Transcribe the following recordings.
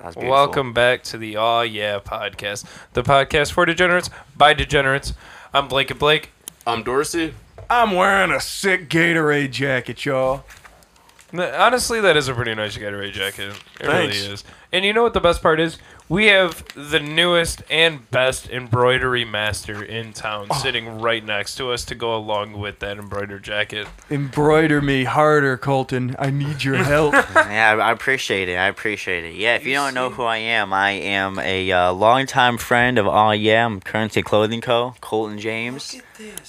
painful. Welcome back to the Aw Yeah podcast, the podcast for degenerates by degenerates. I'm Blake and Blake. I'm Dorsey. I'm wearing a sick Gatorade jacket, y'all. N- Honestly, that is a pretty nice Gatorade jacket. It Thanks. really is. And you know what the best part is? We have the newest and best embroidery master in town Oh. sitting right next to us to go along with that embroidered jacket. Embroider me harder, Colton. I need your help. Yeah, I I appreciate it. I appreciate it. Yeah, if you don't know who I am, I am a uh, longtime friend of All Yeah, I'm Currency Clothing Co. Colton James.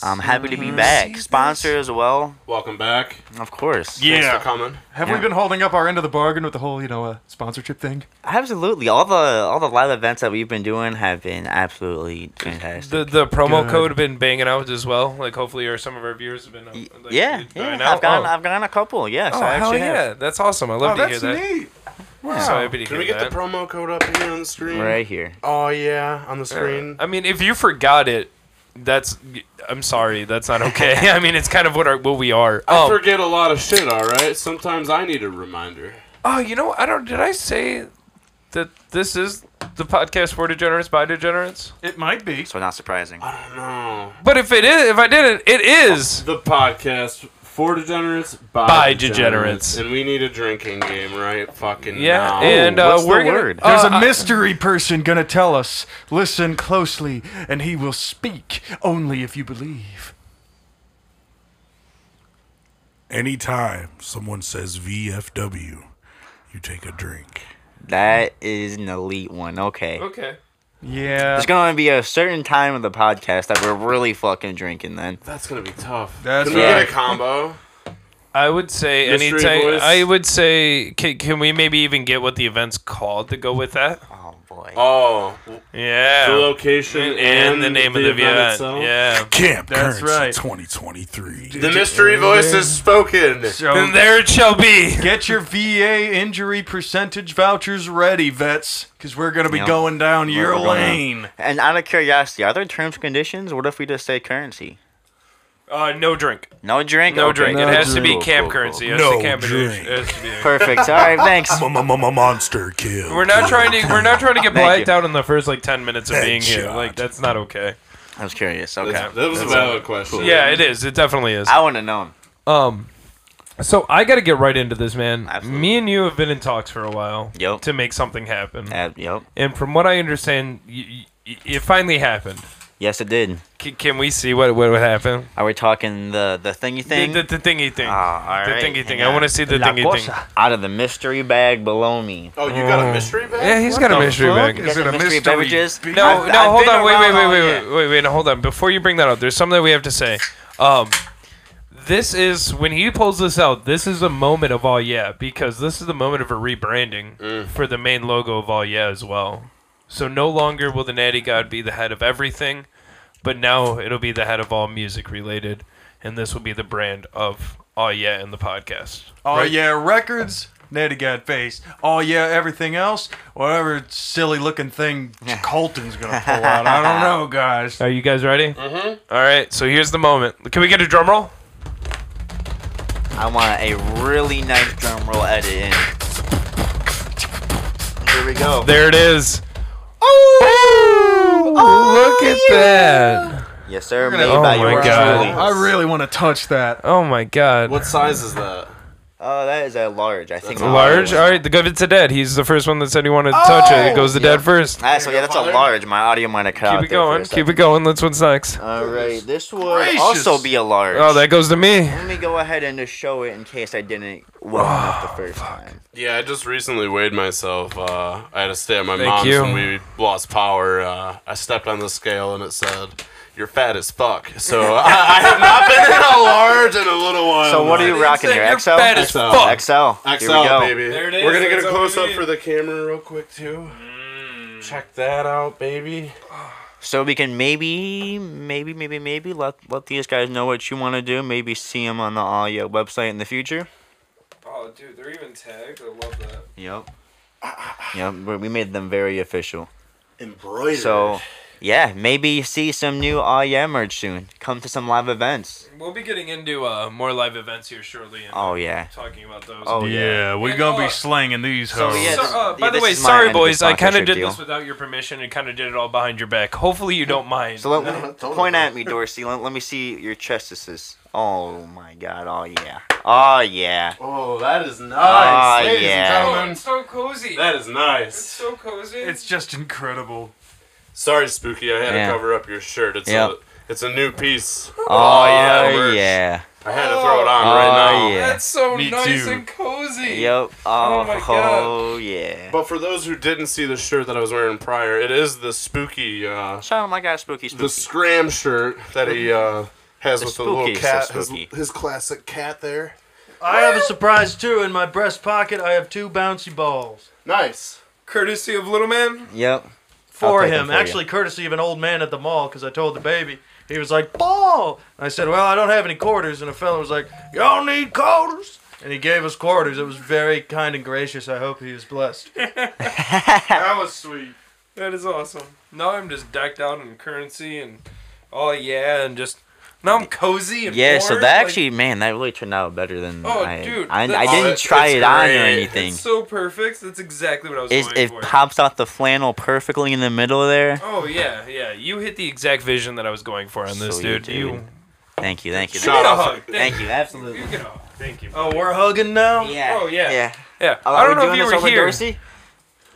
I'm happy to be back. Sponsor as well, Welcome back. of course. Thanks for coming. Have we Yeah. been holding up our end of the bargain with the whole, you know, uh, sponsorship thing? Absolutely, all the all the live events that we've been doing have been absolutely fantastic. The the promo Good. code been banging out as well. Like hopefully, or some of our viewers have been. uh, Y- Like, yeah, yeah. trying out. I've gotten Oh. I've gotten a couple. Yes, Oh, I hell actually have. yeah! That's awesome. I love oh, to hear that's that. neat. Wow. So happy to Can hear we get that. the promo code up here on the screen? Right here. Oh yeah, on the Yeah. screen. I mean, if you forgot it, that's. I'm sorry. That's not okay. I mean, it's kind of what our what we are. I Um, forget a lot of shit. All right. Sometimes I need a reminder. oh, you know, I don't. Did I say that this is the podcast for degenerates by degenerates? It might be. So not surprising. I don't know. But if it is, if I didn't, it is. The podcast for degenerates by, By degenerates. and we need a drinking game right fucking Yeah, now. and uh, what's the we're gonna- word? uh, There's a I- mystery person gonna tell us. Listen closely, and he will speak only if you believe. Anytime someone says VFW, you take a drink. That is an elite one. Okay. Okay. Yeah. There's gonna be a certain time of the podcast that we're really fucking drinking then. that's gonna be tough. That's Can we right. get a combo? I would say Mystery anytime. voice. I would say, can, can we maybe even get what the event's called to go with that? Oh boy. Oh, Yeah. the location and, and the name of the event. itself? Yeah. Camp That's Currency right. 2023. The mystery voice is spoken. Then there it shall be. Get your VA injury percentage vouchers ready, vets, because we're going to be Yep. going down your We're going down. lane. And out of curiosity, are there terms and conditions? What if we just say currency? Uh, no drink. No drink. No Okay. drink. No it has to drink. be camp Cool, cool, currency. cool. It has to No camp- it drink. has to be- Perfect. All right. Thanks. Monster kill. We're not trying to. We're not trying to get Thank blacked you. out in the first like ten minutes of being here. Headshot. Like that's not okay. I was curious. Okay. That's- That was a valid question. Yeah, it is. It definitely is. I wouldn't have known. Um, so I got to get right into this, man. Absolutely. Me and you have been in talks for a while Yep. to make something happen, Uh, yep. and from what I understand, y- y- it finally happened. Yes, it did. C- can we see what what would happen? Are we talking the the thingy thing? The, the, the thingy thing. Ah, all the right, thingy thing. hang I want to on. see the thingy thing. out of the mystery bag below me. Oh, you got a mystery bag? Uh, Yeah, he's What got a the mystery fuck? bag. Is it a mystery? beverages? No, I've- no, I've hold been on, wait, wait, around wait, all wait, year. wait, wait, wait, hold on. Before you bring that up, there's something that we have to say. Um, this is when he pulls this out. This is a moment of all yeah because this is the moment of a rebranding Mm. for the main logo of all yeah as well. So no longer will the Natty God be the head of everything, but now it'll be the head of all music related, and this will be the brand of all yeah and the podcast. Oh, Right. yeah, records, Natty Gat face. Oh, yeah, everything else, whatever silly looking thing Colton's going to pull out. I don't know, guys. Are you guys ready? Mm-hmm. All right. So here's the moment. Can we get a drum roll? I want a really nice drum roll edit in. Here we go. There it is. Oh, look at that. Yes, sir. gonna- Made Oh by my yours God. truly. I really want to touch that. Oh my god. What size is that? Oh, that is a large. I think That's a large? All right, the give it to Dad. He's the first one that said he wanted to touch it. It goes to Dad first. Ah, so Oh, yeah, that's a Father? large. My audio might have cut out Keep it there going. Keep it going. That's what's next. All right, this would Gracious. also be a large. Oh, that goes to me. Let me go ahead and just show it in case I didn't Oh, well enough the first time. Yeah, I just recently weighed myself. Uh, I had to stay at my Thank mom's you. and we lost power. Uh, I stepped on the scale and it said, "You're fat as fuck." So I, I have not been in a large in a little while. So what are now. you rocking You're here? XL. fat as XL. fuck. XL. Here we XL go. baby. There it is, We're gonna get that's a all we close up need. for the camera real quick too. Check that out, baby. So we can maybe, maybe, maybe, maybe let let these guys know what you want to do. Maybe see them on the audio website in the future. Oh, dude, they're even tagged. I love that. Yep. Yep. we- We made them very official. Embroidered. So yeah, maybe see some new Aw Yeah merch soon. Come to some live events. We'll be getting into uh, more live events here shortly. And Oh yeah. talking about those. Oh Yeah, yeah. we're Yeah, gonna no, uh, be slanging these so, hoes. yeah, So, this- uh, by yeah, the this way, is my sorry end of the boys, I kind of sponsorship did deal. this without your permission and kind of did it all behind your back. Hopefully you don't mind. So let, point at me, Dorsey. Let, let me see your chestises. Oh my God! Oh yeah! Oh yeah! Oh, that is nice. Ah, Ladies yeah. and oh, gentlemen, it's so cozy. that is it's nice. so cozy. It's just incredible. Sorry, Spooky, I had Yeah. to cover up your shirt. It's Yep. a it's a new piece. Oh, yeah, merch. yeah! I had to throw it on Oh, right now. yeah. That's so Me nice too. and cozy. Yep! Oh, Oh my God. oh, yeah! But for those who didn't see the shirt that I was wearing prior, it is the spooky, uh, Shout out my guy, Spooky Spooky. the scram shirt that he uh, has The with the little spooky, so cat, his, spooky. his classic cat there. I have a surprise too. In my breast pocket, I have two bouncy balls Nice. Courtesy of little man. yep. for I'll take them him. for you. Actually, courtesy of an old man at the mall, because I told the baby. He was like, ball! And I said, well, I don't have any quarters. And a fella was like, y'all need quarters? And he gave us quarters. It was very kind and gracious. I hope he is blessed. That was sweet. That is awesome. Now I'm just decked out in currency and oh yeah, and just now I'm cozy and Yeah. So warm, that like, actually, man, that really turned out better than Oh, I. dude, I, I that's- didn't Oh, it- try it's it on or great. anything. it's so perfect. That's exactly what I was It's, going it for. pops out the flannel perfectly in the middle there. oh yeah, yeah. You hit the exact vision that I was going for on this, Sweet, dude. You dude. Thank you, thank you. give me Shout a Thank you. out. hug. Thank you, absolutely. You get a hug. Thank you. Oh, we're hugging now? Yeah. Oh, yeah. Yeah. yeah. Oh, I are don't know we if doing you this were over here. Dorsey?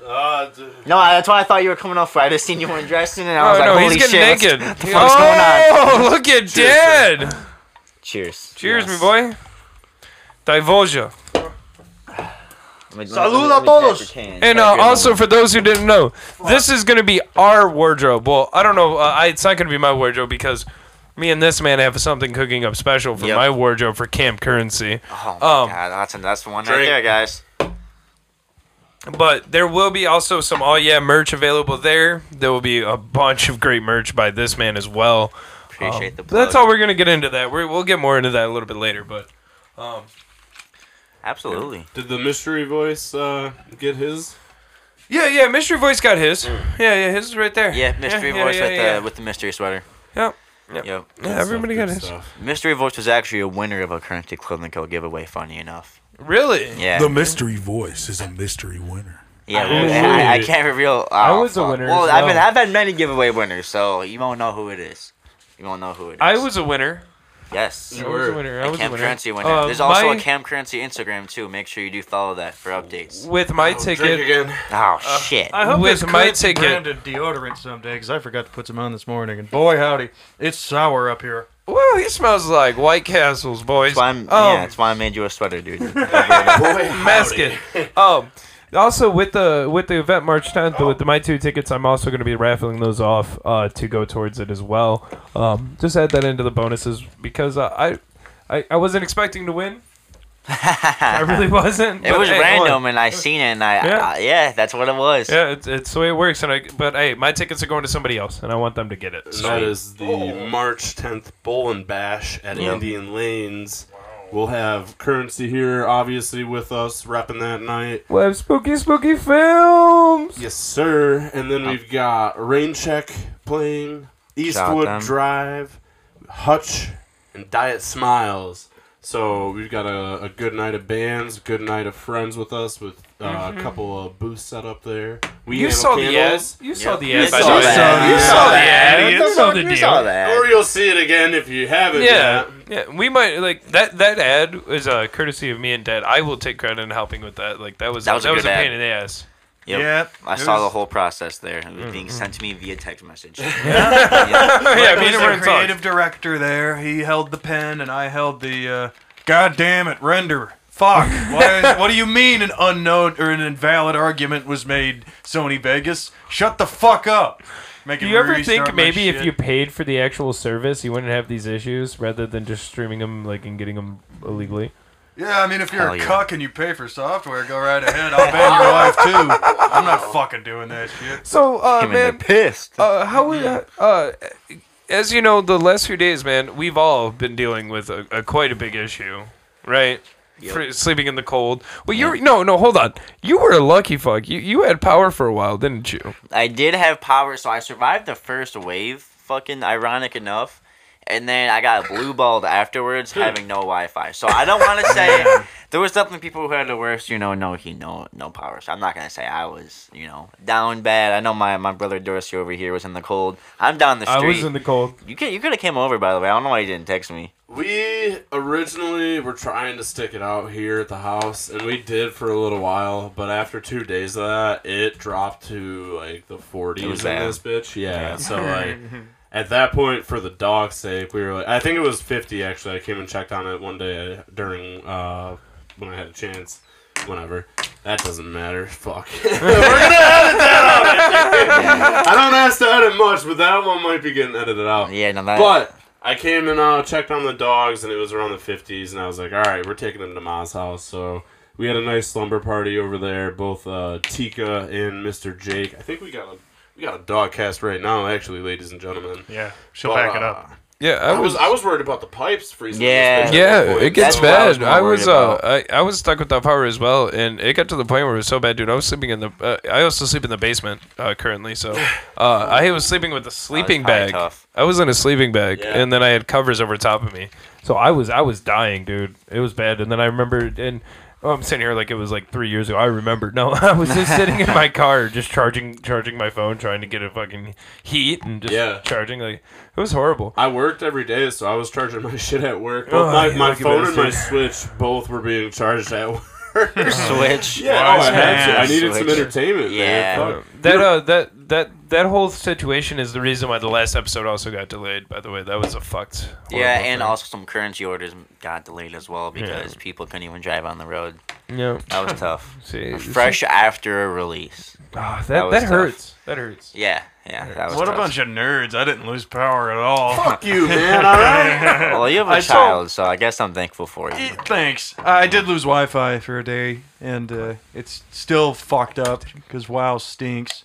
Uh, d- No, I- that's why I thought you were coming off. I just seen you wearing dressing, and I Oh was like, no, "Holy he's getting shit!" naked. What the fuck's going on? oh, look at Dad. Cheers. Cheers, me Yes. boy. Divulgia. Let me- Salud let me- a let me todos. tap your hand. And Tap uh, your also, hand. for those who didn't know, this is going to be our wardrobe. Well, I don't know. Uh, I, it's not going to be my wardrobe because me and this man have something cooking up special for Yep. my wardrobe for Camp Currency. Oh my um, god, that's, that's the one right Drink. there, guys. But there will be also some all yeah merch available there. There will be a bunch of great merch by this man as well. Um, Appreciate the plug. that's all we're going to get into that. We're, we'll get more into that a little bit later. But um, Absolutely. did the mystery voice uh, get his? yeah, yeah, Mystery Voice got his. Yeah, yeah, his is right there. Mm. Yeah, mystery yeah, voice yeah, with yeah. the with the mystery sweater. Yep, yep. Yep. Yeah, everybody got Good his. stuff. Mystery voice was actually a winner of a currency clothing co giveaway. Funny enough. Really? Yeah. The mystery voice is a mystery winner. yeah. I well, was I, I really- can't reveal. Oh, I was a fuck. winner Well, as I've been well. I've had many giveaway winners, so you won't know who it is. You won't know who it is. I was a winner. yes. I was a winner. I A was a Cam winner. Currency winner. Uh, There's also a my- Cam Currency Instagram too. Make sure you do follow that for updates. with Oh, my drink ticket. again. Oh uh, shit. I hope With this my Courtesy ticket. branded deodorant someday, because I forgot to put some on this morning. And boy, howdy, it's sour up here. Well, he smells like White Castles, boys. Oh, That's why I'm, um, yeah, that's why I made you a sweater, dude. mask it. Um, also with the with the event March 10th with my two tickets, I'm also going to be raffling those off uh, to go towards it as well. Um, just add that into the bonuses because uh, I, I I wasn't expecting to win. I really wasn't. It but was hey, random, look. and I seen it, and I Yeah. yeah, I, yeah that's what it was. Yeah, it's, it's the way it works, and I. But hey, my tickets are going to somebody else, and I want them to get it. And So that is the March 10th Bowl and Bash at Yep. Indian Lanes. We'll have currency here, obviously, with us repping that night. we'll have spooky, spooky films. Yes, sir. And then we've got Rain Check playing, them. Eastwood Drive, Hutch, and Diet Smiles. So we've got a, a good night of bands, good night of friends with us, with uh, a couple of booths set up there. We You handle saw the ad. candles. You saw the You ad. by saw the way. the ad. You You saw saw the the ad. You You saw the You saw deal. Or that. you'll see it again if you haven't. Yeah, yet. yeah. We might like that. That ad is uh, courtesy of me and Dad. I will take credit in helping with that. Like that was That was a that was a good ad. pain in the ass. Yep. Yeah, I it saw the was- whole process there. It was being sent to me via text message. Oh, Mm-hmm. yeah, me and There's a Ryan talked. creative director there. He held the pen, and I held the. Uh, God damn it, render. Fuck. Why is- what do you mean an unknown or an invalid argument was made, Sony Vegas? Shut the fuck up. Do you ever think maybe if you paid for the actual service, you wouldn't have these issues rather than just streaming them like and getting them illegally? Yeah, I mean, if you're Hell a yeah. cuck and you pay for software, go right ahead. I'll ban your life too. I'm not fucking doing that shit. So, uh, Came in there pissed. uh, how would uh, as you know, the last few days, man, we've all been dealing with a, a quite a big issue, right? for sleeping in the cold. Well, you're no, no. Hold on. You were a lucky fuck. You you had power for a while, didn't you? I did have power, so I survived the first wave. Fucking ironic enough. And then I got blue balled afterwards, having no Wi-Fi. So I don't want to say there was definitely people who had the worst, you know, no he no no power. So I'm not gonna say I was, you know, down bad. I know my, my brother Dorsey over here was in the cold. I'm down the street. the cold. you could you could have came over by the way. I don't know why you didn't text me. We originally were trying to stick it out here at the house, and we did for a little while. But after two days of that, it dropped to like the 40s in was bad. this bitch. Yeah, so like at that point, for the dog's sake, we were like, I think it was 50 actually. I came and checked on it one day during uh, when I had a chance. Whenever that doesn't matter. Fuck. we're gonna edit that out. I, think. I don't ask to edit much, but that one might be getting edited out. Yeah, no that But I came and uh, checked on the dogs, and it was around the 50s, and I was like, all right, we're taking them to Ma's house. So we had a nice slumber party over there. Both uh, Tika and Mr. Jake. I think we got a we got a dog cast right now, actually, ladies and gentlemen. Yeah, she'll But, back it up. uh, Yeah, I I was was. I was worried about the pipes freezing. This bitch Yeah. at this Yeah, point. it gets That's what I was bad. more I was, worried uh, about. I, I was stuck without power as well, and it got to the point where it was so bad, dude. I was sleeping in the. Uh, I also sleep in the basement uh, currently, so uh, I was sleeping with a sleeping probably bag. tough. I was in a sleeping bag, Yeah. and then I had covers over top of me, so I was I was dying, dude. It was bad, and then I remembered and. Oh, I'm sitting here like it was like three years ago. I remember. No, I was just sitting in my car, just charging, charging my phone, trying to get a fucking heat and just Yeah. charging. Like it was horrible. I worked every day, so I was charging my shit at work. But Oh, my, you my lucky phone and my bastard. Switch both were being charged at work. Switch. yeah, oh, I had to. I man. needed some Switch. entertainment. Yeah. man. Fuck. That uh, that that that whole situation is the reason why the last episode also got delayed. By the way, that was a fucked. horrible Yeah, and thing. also some currency orders got delayed as well because people couldn't even drive on the road. yeah. That was tough. See, Fresh after a release. Ah, that that that, was tough. hurts. That hurts. Yeah, yeah, that was What a tough. bunch of nerds! I didn't lose power at all. Fuck you, man. All right. Well, you have a I saw- child, so I guess I'm thankful for you. Eh, Thanks. I did lose Wi-Fi for a day, and uh, it's still fucked up because WoW stinks.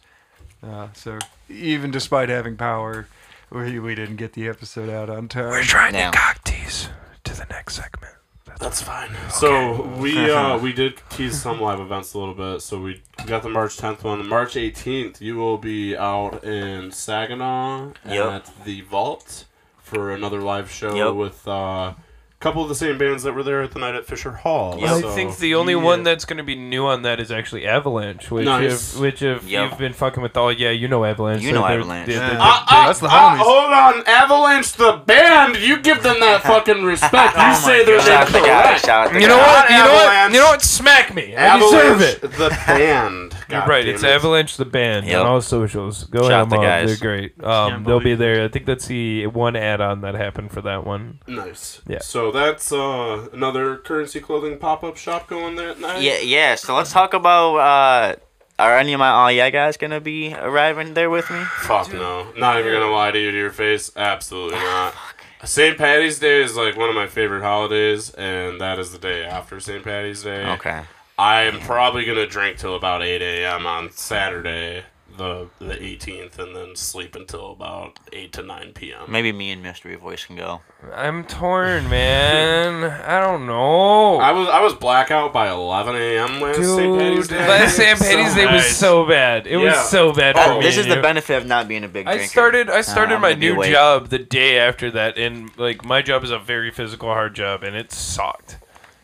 Uh, so even despite having power, we, we didn't get the episode out on time. trying to Now. cock tease to the next segment. That's fine. So we uh, we did tease some live events a little bit. So we we got the March 10th one. March 18th, you will be out in Saginaw Yep. at the Vault for another live show Yep. with uh, a couple of the same bands that were there at the night at Fisher Hall. Yep. I So- think the only one that's going to be new on that is actually Avalanche, which Nice. if, which if Yep. you've been fucking with all, yeah, you know Avalanche. You know they're- Avalanche. they're- Yeah. they're- Uh, uh, That's the uh, homies. hold on, Avalanche the band. You give them that fucking respect. Oh You say their Oh Shout name out the guy. correct. Shout out the you know guy. what? You know what? Avalanche. You know what? Smack me. I deserve Avalanche it. the band. You're God right. damn It's it. Avalanche the band Yep. on all socials. Go Shout ahead, out the They're guys. great. Um, Can't they'll be believe there. I think that's the one add-on that happened for that one. Nice. Yeah. So that's uh, another currency clothing pop up shop going that night. Yeah, yeah. So let's talk about. Uh, are any of my all yeah guys gonna be arriving there with me? Fuck no. Not even gonna lie to you to your face. Absolutely Ah, not. St. Patty's Day is like one of my favorite holidays, and that is the day after St. Patty's Day. Okay. I am probably gonna drink till about eight a.m. on Saturday, the the eighteenth, and then sleep until about eight to nine p.m. Maybe me and Mystery Voice can go. I'm torn, man. I don't know. I was I was blackout by eleven a.m. last St. Patty's Dude, Day. last St. Patty's So- Day was nice. so bad. It Yeah. was so bad for Oh, me. this is and the you. benefit of not being a big drinker. I started. I started I'm my gonna be new awake. job the day after that, and like my job is a very physical, hard job, and it sucked.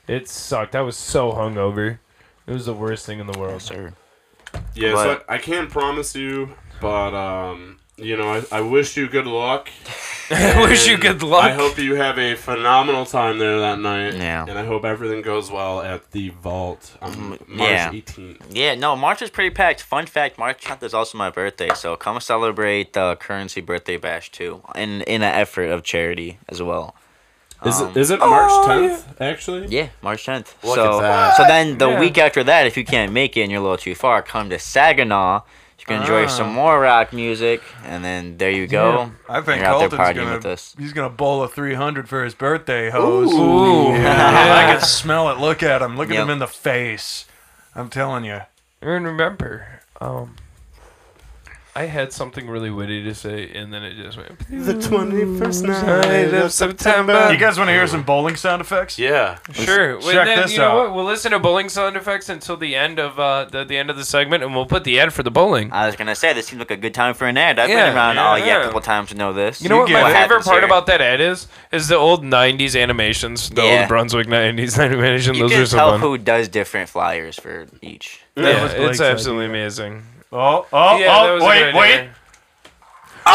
It sucked. I was so hungover. It was the worst thing in the world. Sir. Yeah, so But- I, I can't promise you, but um, you know, I, I wish you good luck. I wish you and good luck. I hope you have a phenomenal time there that night. Yeah. And I hope everything goes well at the vault on March yeah. 18th. Yeah, no, March is pretty packed. Fun fact, March 10th is also my birthday, so come celebrate the currency birthday bash too, in in an effort of charity as well. Is Um, it is it Oh, March 10th actually? Yeah, March 10th. Look so at that. so then the Yeah. week after that, if you can't make it and you're a little too far, come to Saginaw. You can enjoy Ah. some more rock music, and then there you go. I think You're out there Colton's partying gonna with us. he's gonna bowl a 300 for his birthday, hoes. Ooh. Yeah, I can smell it. Look at him. Look at Yep. him in the face. I'm telling you. And remember, um, I had something really witty to say, and then it just went. The 21st Night of September. You guys want to hear some bowling sound effects? Yeah. Sure. Well, check then, this you know out. what? We'll listen to bowling sound effects until the end of uh, the, the end of the segment, and we'll put the ad for the bowling. I was gonna say this seems like a good time for an ad. I've Yeah, been around yeah, all yeah yeah. a couple times to know this. You know what get my what favorite happens part here. about that ad is? Is the old '90s animations, the Yeah. old Brunswick '90s animation. You those can are so tell fun. who does different flyers for each. yeah, was Blake's it's idea. absolutely amazing. Oh, oh, yeah, that was oh, a wait, good wait. idea. Oh!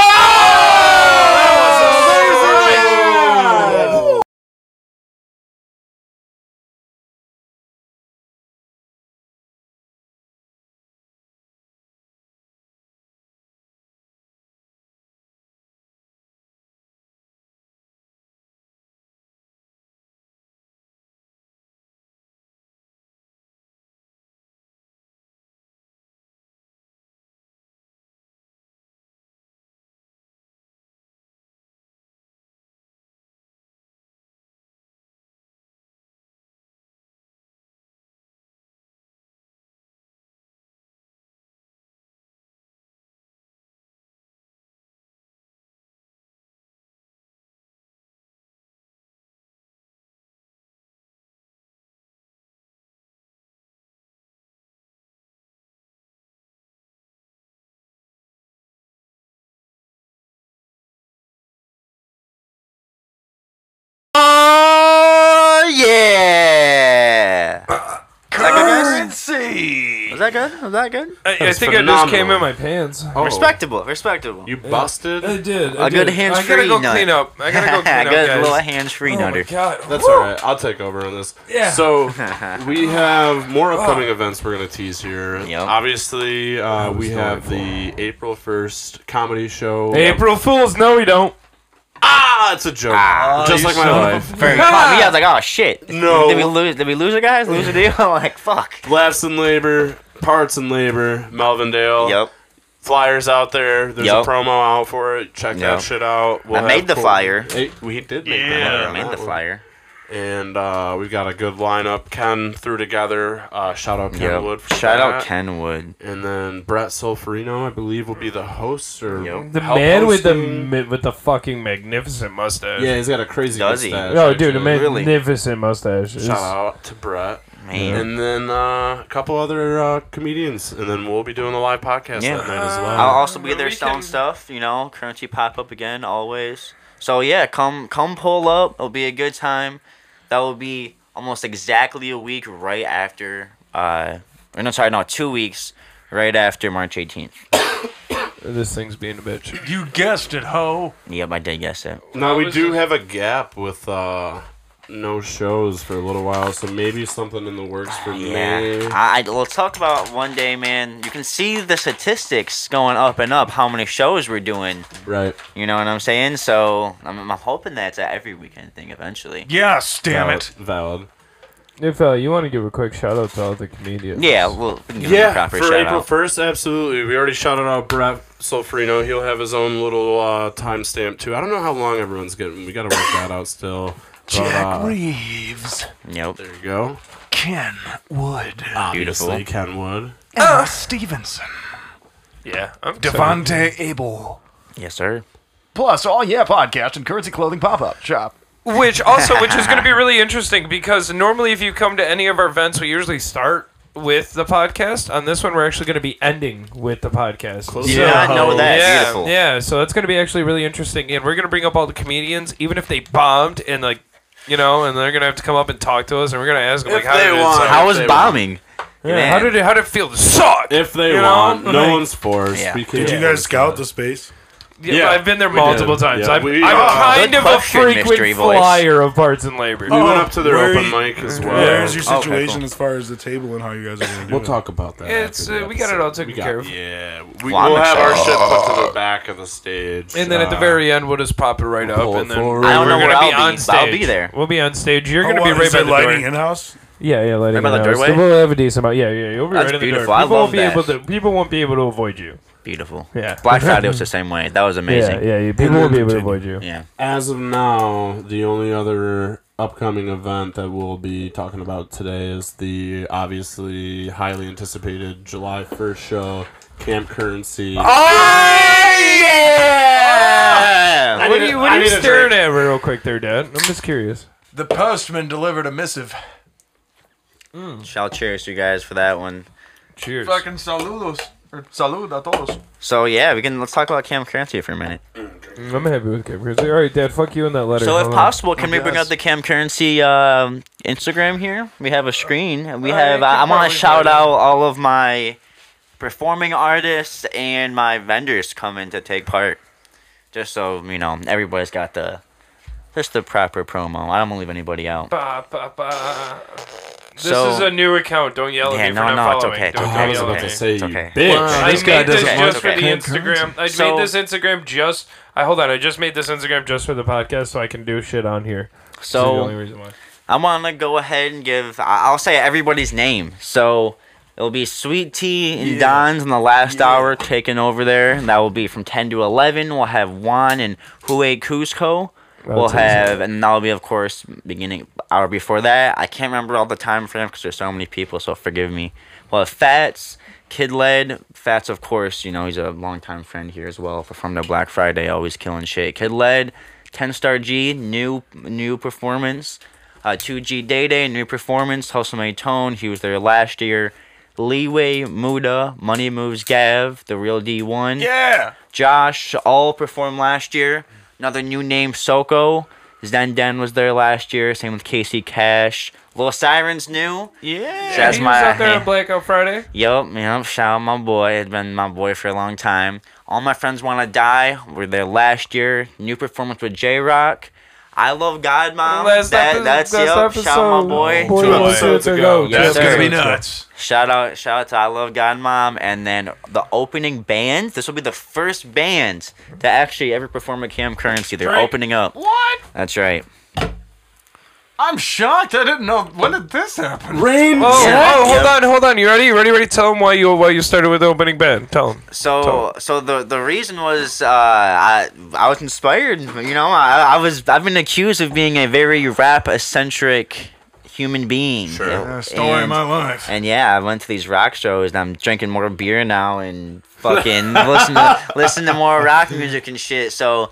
Oh yeah! Currency. Was that good? Was that good? I, I That's think I just came phenomenal. in my pants. Oh, Respectable, respectable. You busted? I did. A I good did. I hands-free gotta go nut. clean up. I gotta go clean up, Good guys. little hands-free Oh my nutter. god. That's all right. I'll take over on this. Yeah. So we have more upcoming events we're gonna tease here. Ah. Yep. Obviously, uh, we have the April first comedy show. April Fools. No, we don't. Ah, it's a joke. Just you like my son of a life. Very calm. Yeah, I was like, oh shit. No. Did we lose? Did we lose a guys? Lose a deal? I'm like, fuck. Laughs in labor, parts in labor, Oh. Melvindale. Yep. Flyers out there. There's Yep. a promo out for it. Check Yep. that shit out. We'll I have made the Col- flyer. Eh, we did make the flyer. Yeah, I on made that the one. flyer. And uh, we've got a good lineup. Ken threw together. Uh, shout out Ken Wood. Yep. For Shout out that. Kenwood. And then Brett Solferino, I believe, will be the host or Yep. The help man with the hosting. mi- with the fucking magnificent mustache. yeah, he's got a crazy Does he? mustache. Oh, dude, a actually. Really? magnificent mustache. It's- Shout out to Brett. Man. And then uh, a couple other uh, comedians, and then we'll be doing a live podcast Yeah. that night as well. I'll also be Maybe there Uh, we selling can- stuff, you know, currency pop up again always. So yeah, come come pull up. It'll be a good time. That will be almost exactly a week right after uh or no sorry, no, two weeks right after March eighteenth. This thing's being a bitch. You guessed it, ho. Yep, I did guess it. now I we was do just- have a gap with uh, no shows for a little while, so maybe something in the works for May. Yeah, I, I will talk about one day, man. You can see the statistics going up and up. How many shows we're doing? Right. You know what I'm saying? So I'm, I'm hoping that's a every weekend thing eventually. Yes, damn Valid- it. Valid. If uh, you want to give a quick shout out to all the comedians. Yeah, well, we can give them a Yeah, proper for shout April out. 1st, absolutely. We already shouted out Brett Solferino. He'll have his own little uh, timestamp, too. I don't know how long everyone's getting. We got to work that out still. But, Jack uh, Reeves, Yep. there you go. Ken Wood, Obviously, Ken Wood. Emma Stevenson, Yeah. I'm excited. Devontae Abel. Yes, sir. Plus, all yeah, podcast and currency clothing pop up shop. Which also, which is going to be really interesting because normally if you come to any of our events, we usually start with the podcast. On this one, we're actually going to be ending with the podcast. You Yeah. did not know that. Yeah, Beautiful. yeah. So that's going to be actually really interesting, and we're going to bring up all the comedians, even if they bombed and like, you know, and they're going to have to come up and talk to us, and we're going to ask them like, If how they did it want. sound? How was They were- bombing? Yeah, how did it how did it feel to suck? If they You know? want, no Like- one's forced. Yeah. We can- Did you guys scout the space? Yeah, Yeah, I've been there we did. multiple times. Yeah, I'm, we- I'm uh, kind good of a question, frequent mystery voice. flyer of parts and labor. Oh. We went up to their Where Oh, open you- mic as well. Where's your Okay, cool. situation as far as the table and how you guys are going to do We'll it? talk about that. It's, after the uh, we got episode. it all taken We got- care of. Yeah, we, Well, I'm will have our excited. shit put to the back of the stage. and then at the uh, very end, we'll just pop it right pull up, it and then forward. I don't we're know gonna where be I'll on be, stage. but I'll be there. We'll be on stage. You're Oh, gonna what, be right is by it the lighting door. in house? Yeah, yeah, lighting. Right by the in house. doorway? We'll have a decent amount. Yeah, yeah, you'll be That's right in the door. beautiful. I People love won't be that. able to. People won't be able to avoid you. Beautiful. Yeah. Black Friday was the same way. That was Yeah, amazing. yeah, yeah. People won't be able to avoid you. Yeah. As of now, the only other upcoming event that we'll be talking about today is the obviously highly anticipated July 1st show, Camp Currency. Oh, Yeah! I What need are a- you, what I are you need a staring at real quick there, Dad? I'm just curious. The postman delivered a missive. Shall cheers you guys for that one. Cheers. Fucking saludos. Or salud a todos. So yeah, we can let's talk about Cam Currency for a minute. I'm happy with Cam Currency. All right, Dad, fuck you in that letter. So if Hold on. possible, can we bring up the Cam Currency um Instagram here? We have a screen. We Uh, have. you I, I could want probably to shout do that. out all of my performing artists and my vendors coming to take part. Just so you know, everybody's got the just the proper promo. I don't wanna leave anybody out. Ba, ba, ba. This So- is a new account. Don't yell at Yeah, me no, for no, not it's following. okay. Don't, Oh, I don't was yell about at to me. say, It's you okay. bitch. I this made guy this doesn't want just to for the pay. Instagram. I So- made this Instagram just. I hold on. I just made this Instagram just for the podcast, so I can do shit on here. This is the only So reason why. I want to go ahead and give. I- I'll say everybody's name. So it'll be Sweet Tea and Don's in the last hour taking over there. And that will be from 10 to 11. We'll have Juan and Hue Cusco. We'll That's awesome. have, and that'll be, of course, beginning hour before that. I can't remember all the time frame because there's so many people, so forgive me. Well, Fats, Kid Led. Fats, of course, you know, he's a longtime friend here as well for- from the Black Friday, always killing shit. Kid Led, 10 Star G, new new performance. Uh, 2G Day Day, new performance. Hustle Made Tone, he was there last year. Leeway, Muda, Money Moves Gav, The Real D1. Yeah. Josh all performed last year. Another new name, Soko. Zen Den was there last year. Same with Casey Cash. Little Sirens new. Yeah. That's he my. was out there on Blackout Friday. Yup, yup. Shout out my boy. It's been my boy for a long time. All my friends want to die. We're there last year. New performance with J Rock. I love God, mom. Last Um, that, epi- that's last yup. Shout out my boy. boy, Two boy, episodes boy, ago. boy. Yes, That's gonna sir. be nuts. Shout out, shout out to I Love God Mom, and then the opening band. This will be the first band to actually ever perform at Cam Currency. They're opening up. What? That's right. I'm shocked. I didn't know. When did this happen? Rain. Oh, Yeah. oh, hold Yeah. on, hold on. You ready? You ready? Ready? Tell him why you why you started with the opening band. Tell him. So, so the the reason was uh, I I was inspired. You know, I, I was I've been accused of being a very rap eccentric human being. Sure. Yeah, Uh, story of and- my life. And yeah, I went to these rock shows and I'm drinking more beer now and fucking listen to listen to more rock music and shit. So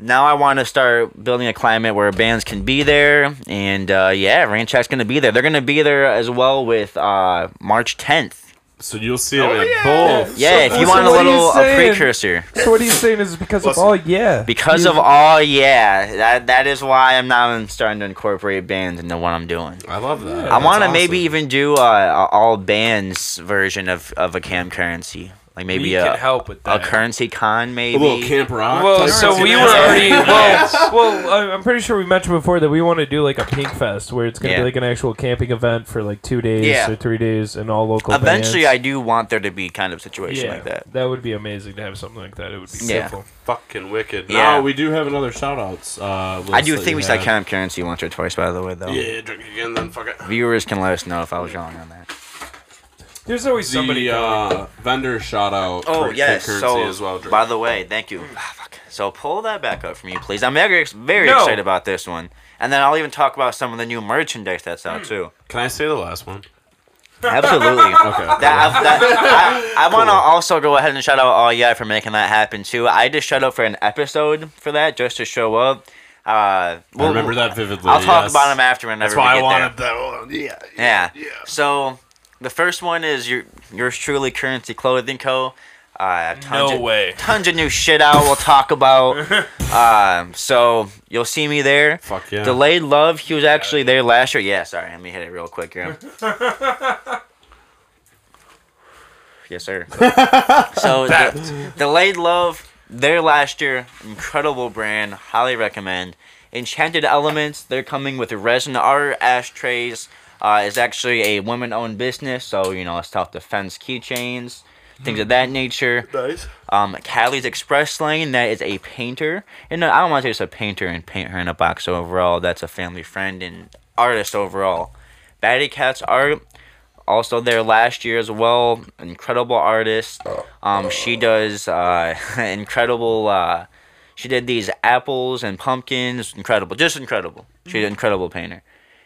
now I want to start building a climate where bands can be there and uh, yeah, Ranchak's gonna be there. They're gonna be there as well with uh, March 10th. So you'll see him at both. Oh, Yeah, if you so want a what are you little a saying? precursor. So what he's saying is because of all yeah. Because of all, yeah, that that is why I'm now starting to incorporate bands into what I'm doing. I love that. I That's want to awesome. maybe even do uh, a all bands version of, of a cam currency, like maybe we a can help with a that. currency con a maybe. little camp rock. Well, type so situation. we were already well. Well, I- I'm pretty sure we mentioned before that we want to do like a Pink Fest, where it's gonna Yeah. be like an actual camping event for like two days Yeah. or three days, and all local. Eventually, I bands. do want there to be kind of situation like that. would be amazing to have something like that. It would be Yeah. simple. fucking wicked. Yeah. No, we do have another shout outs. Uh, I list do that think you we said had. cam currency once or twice, by the way, though. Yeah, drink again, then fuck it. Viewers can let us know if I was wrong on that. There's always somebody. Somebody uh, vendor shout out. Oh for yes, currency so as well. Drake. by the way, thank you. Ah, fuck. So pull that back up for me, please. I'm very, ex- very No. excited about this one, and then I'll even talk about some of the new merchandise that's out too. Can I say the last one? Absolutely. Okay. That, I, that, I, I want to also go ahead and shout out all yeah for making that happen too. I just showed up for an episode for that just to show up. Uh, I we'll- remember that vividly. I'll talk yes. about them after whenever That's why we I get wanted that one. Yeah. there. Yeah. So the first one is your yours truly currency clothing co. Uh, tons No of, way. Tons of new shit out. We'll talk about. um, so you'll see me there. Fuck yeah. Delayed Love, he was actually there last year. Yeah, sorry, let me hit it real quick here. yes, sir. so, De- Delayed Love, there last year, incredible brand, highly recommend. Enchanted Elements, they're coming with resin art ashtrays. Uh, it's actually a women-owned business, so you know it's tough to fence keychains, things Mm-hmm. of that nature. Um, Callie's Express Lane, that is a painter. And no, I don't want to say it's a painter and paint her in a box overall. That's a family friend and artist overall. Batty Cat's art, also there last year as well. Incredible artist. Um, she does uh, incredible. Uh, She did these apples and pumpkins. Incredible. Just incredible. She's an incredible painter.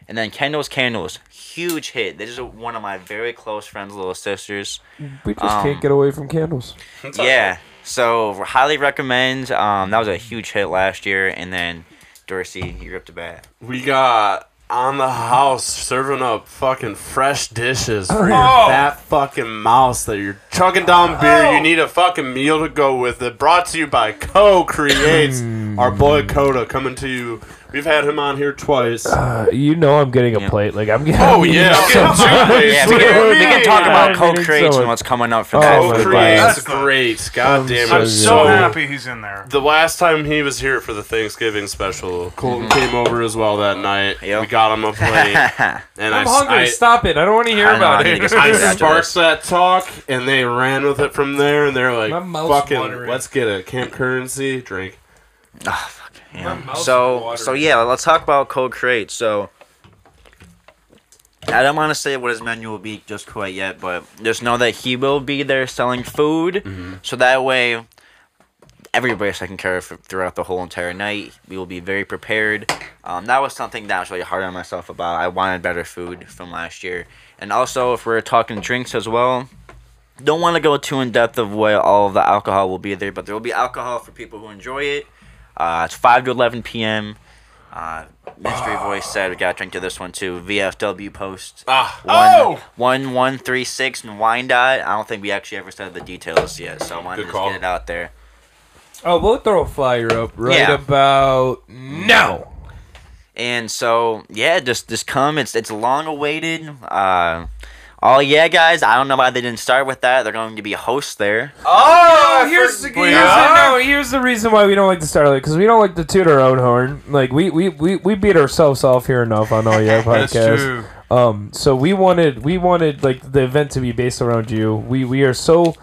And then Kendall's Candles. Huge hit. This is one of my very close friend's little sisters. We just Um, can't get away from candles. Yeah. So highly recommend. Um, that was a huge hit last year, and then Dorsey, he ripped a bat. We got on the house serving up fucking fresh dishes for your Oh. fat fucking mouse that you're chugging down beer. You need a fucking meal to go with it. Brought to you by Co Creates. Our boy Coda coming to you. We've had him on here twice. Uh, you know I'm getting a Yeah. plate. Like I'm getting. Oh yeah, Yeah, we can, we can talk about I mean, it's co-creates so- and what's coming up for Oh that. my Co Creates That's the- great. God damn it. I'm so So- happy he's in there. the last time he was here for the Thanksgiving special, Colton came over as well that night. Mhm. Yep. We got him a plate, and I'm I- hungry. I, Stop it! I don't want to hear I know, about I need it. to get I Yeah, after sparked that talk, and they ran with it from there, and they're like, My mouth's "Fucking, watering. let's get a camp currency drink." Ah, fuck, yeah. mouth's So, watering. so yeah, let's talk about co-creates. So, I don't want to say what his menu will be just quite yet, but just know that he will be there selling food, so that way everybody's taken care of throughout the whole entire night. We will be very prepared. Um, that was something that I was really hard on myself about. I wanted better food from last year, and also if we're talking drinks as well. Don't want to go too in depth of what all of the alcohol will be there, but there will be alcohol for people who enjoy it. Uh, it's 5 to 11 p.m. Uh, Mystery Voice said we got to drink to this one too. VFW post Ah, one one one three six and wine dot. I don't think we actually ever said the details yet, so I wanted Good to just call. get it out there. Oh, we'll throw a flyer up right Yeah. about now. And so yeah, just just come. It's it's long awaited. Uh, oh yeah, guys. I don't know why they didn't start with that. They're going to be hosts there. Oh, here's the, here's, the, no, here's the reason why we don't like to start early because we don't like to toot our own horn. Like we we, we, we beat ourselves off here enough on all your That's podcasts. true. Um, so we wanted we wanted like the event to be based around you. We we are so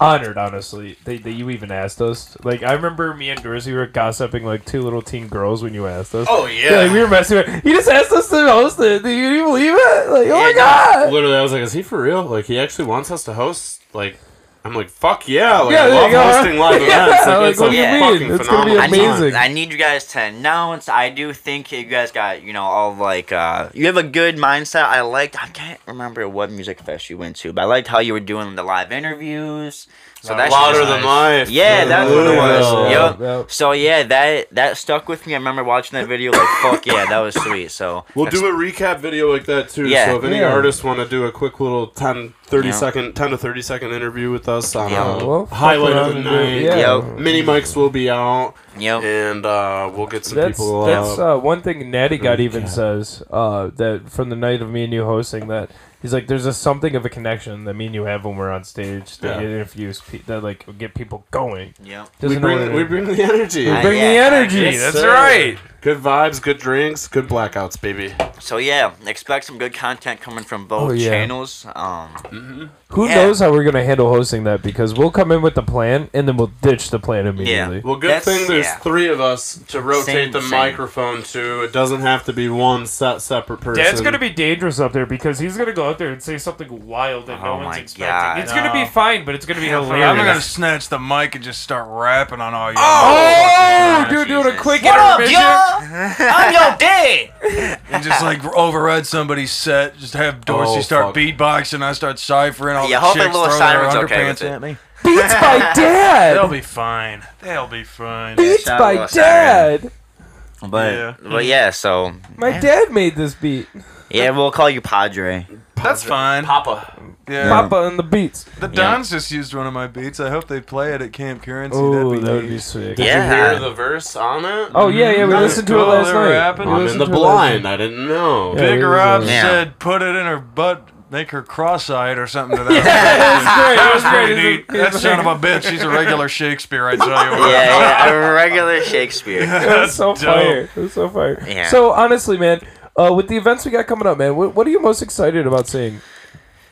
honored, honestly, that, that you even asked us. Like I remember me and Dorsey were gossiping like two little teen girls when you asked us. oh Yeah, like, yeah. we were messing. With, you just asked us to host it. Do you, do you believe it? Like, oh my god! Literally, I was like, "Is he for real? Like, he actually wants us to host?" Like, I'm like, "Fuck yeah!" Like, Yeah, I there love you go. hosting live Yeah, events. Like, like, it's what a do you mean? fucking It's gonna be phenomenal time. amazing. I need you guys to announce. I do think you guys got you know all like uh, you have a good mindset. I liked. I can't remember what music fest you went to, but I liked how you were doing the live interviews. So that shit Louder was than nice. life. Yeah, that's what it was. Yeah. Yep. So yeah, that that stuck with me. I remember watching that video like, fuck yeah, that was sweet. So We'll do a recap video like that too. Yeah. So if any Yeah. artists want to do a quick little 10, 30 Yeah. second- 10 to 30 second interview with us on Yeah. a Well, fuck highlight of around the and do it. night. Yeah. Yep. Mini mics will be out. Yep. and uh, we'll get some That's people. that's uh, uh, one thing Natty God even cat. says uh, that from the night of me and you hosting that he's like there's a something of a connection that me and you have when we're on stage that Yeah. interviews pe- that like will get people going. Yep. we Doesn't know bring what it- we bring the energy. I- bring Yeah, the energy. yes, that's sir. right. Good vibes, good drinks, good blackouts, baby. So yeah, expect some good content coming from both Oh, yeah. channels. Um, Who Yeah. knows how we're gonna handle hosting that because we'll come in with the plan and then we'll ditch the plan immediately. Well, good That's- thing there's yeah. three of us to rotate Same, the same. microphone to. It doesn't have to be one set separate person. Dad's gonna be dangerous up there because he's gonna go up there and say something wild that Oh no one's my expecting. God. It's gonna be fine, but it's gonna be hilarious. I'm gonna snatch the mic and just start rapping on all you. Oh, Oh, dude, doing a Jesus. quick intermission. I'm your dad. and just like override somebody's set. Just have Dorsey Oh, start fuck. beatboxing. I start ciphering. All Yeah, the hopefully chicks Little throw their Simon's okay underpants with it. at me. Beats by They'll dad. be fine. They'll be fine. Beats shout by out to Osiris. dad. But Yeah. but yeah, so My dad made this beat. yeah, we'll call you Padre. That's fine. Papa. Yeah. Papa and the beats. The Dons just used one of my beats. I hope they play it at Camp Currency. That'd Oh, be that would be neat. sick. Did you hear Yeah. the verse on it? Oh yeah, yeah. We Nice. listened to it Oh, last they're night. rapping. We I'm in listened the to it last blind. I didn't know. Yeah. Big it was, Rob uh, Yeah. said, "Put it in her butt, make her cross-eyed or something." To that. night. That It was great. It was was pretty great. neat. That son of a bitch. She's a regular Shakespeare, I tell you Yeah, what. yeah, a regular Shakespeare. It was so Dope. fire. It was so fire. Yeah. So honestly, man, uh, with the events we got coming up, man, what, what are you most excited about seeing?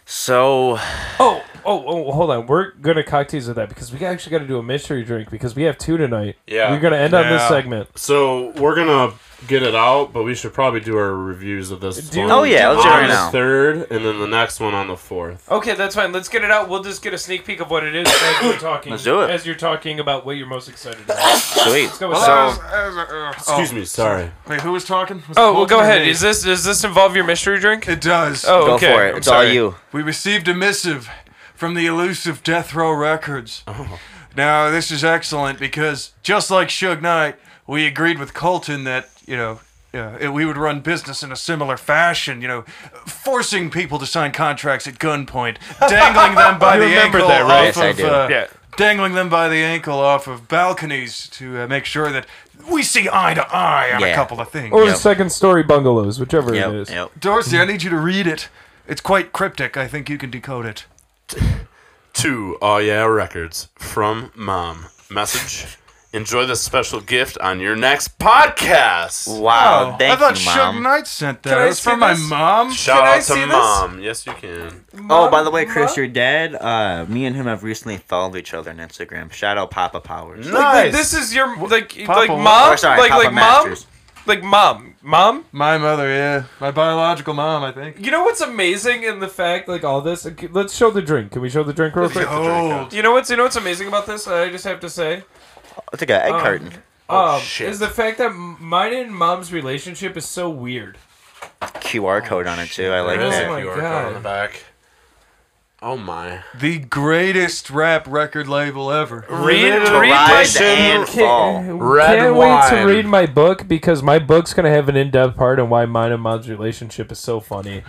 So Oh, oh, oh, hold on. We're gonna cocktails with that because we actually got to do a mystery drink because we have two tonight. Yeah. We're gonna end on this Yeah. segment. So we're gonna get it out, but we should probably do our reviews of this. Do- one Oh yeah, let's do it on right the now. third, and then the next one on the fourth. Okay, that's fine. Let's get it out. We'll just get a sneak peek of what it is as you're talking. Let's do it. As you're talking about what you're most excited about. Sweet. go Oh, with So Excuse me, sorry. Wait, uh, oh. who was talking? Was Oh, it well, Colton go or ahead. me? Is this does this involve your mystery drink? it does. Oh, go okay. for it. I'm It's all sorry. you. We received a missive from the elusive Death Row Records. Oh. Now, this is excellent because just like Suge Knight, we agreed with Colton that, you know, yeah, it- we would run business in a similar fashion, you know, forcing people to sign contracts at gunpoint, dangling them by the remembered ankle that, right? off Yes, I of, do. uh, Yeah. dangling them by the ankle off of balconies to uh, make sure that we see eye to eye on a Yeah. couple of things. Or Yep. second story bungalows, whichever it Yep. is. Yep. Dorsey, I need you to read it. It's quite cryptic. I think you can decode it. Two Oh Yeah Records from Mom. Message. Enjoy this special gift on your next podcast. Oh, Wow. Oh, Thank Oh, I thought you, Suge mom. Knight sent that. Can I It was see from my this? mom. Shout Can I out see to this? Mom. Yes, you can. Oh, by the way, Chris, your dad. Uh, me and him have recently followed each other on Instagram. Shout out Papa Powers. Like, Nice. like, this is your like Papa like what? mom Or sorry, like Papa like Masters. mom like mom mom. My mother, yeah, my biological mom, I think. You know what's amazing in the fact like all this. okay, Let's show the drink. Can we show the drink real quick? Oh, You know what's you know what's amazing about this? I just have to say. It's like an egg Um, carton. um, shit. Is the fact that m- mine and mom's relationship is so weird. QR code on it too. I like Oh There's a that. my QR code on the god. back. Oh my. the greatest rap record label ever. Read, read To my rise and fall. Red can't wait wine. to read my book because my book's gonna have an in-depth part on why mine and mom's relationship is so funny.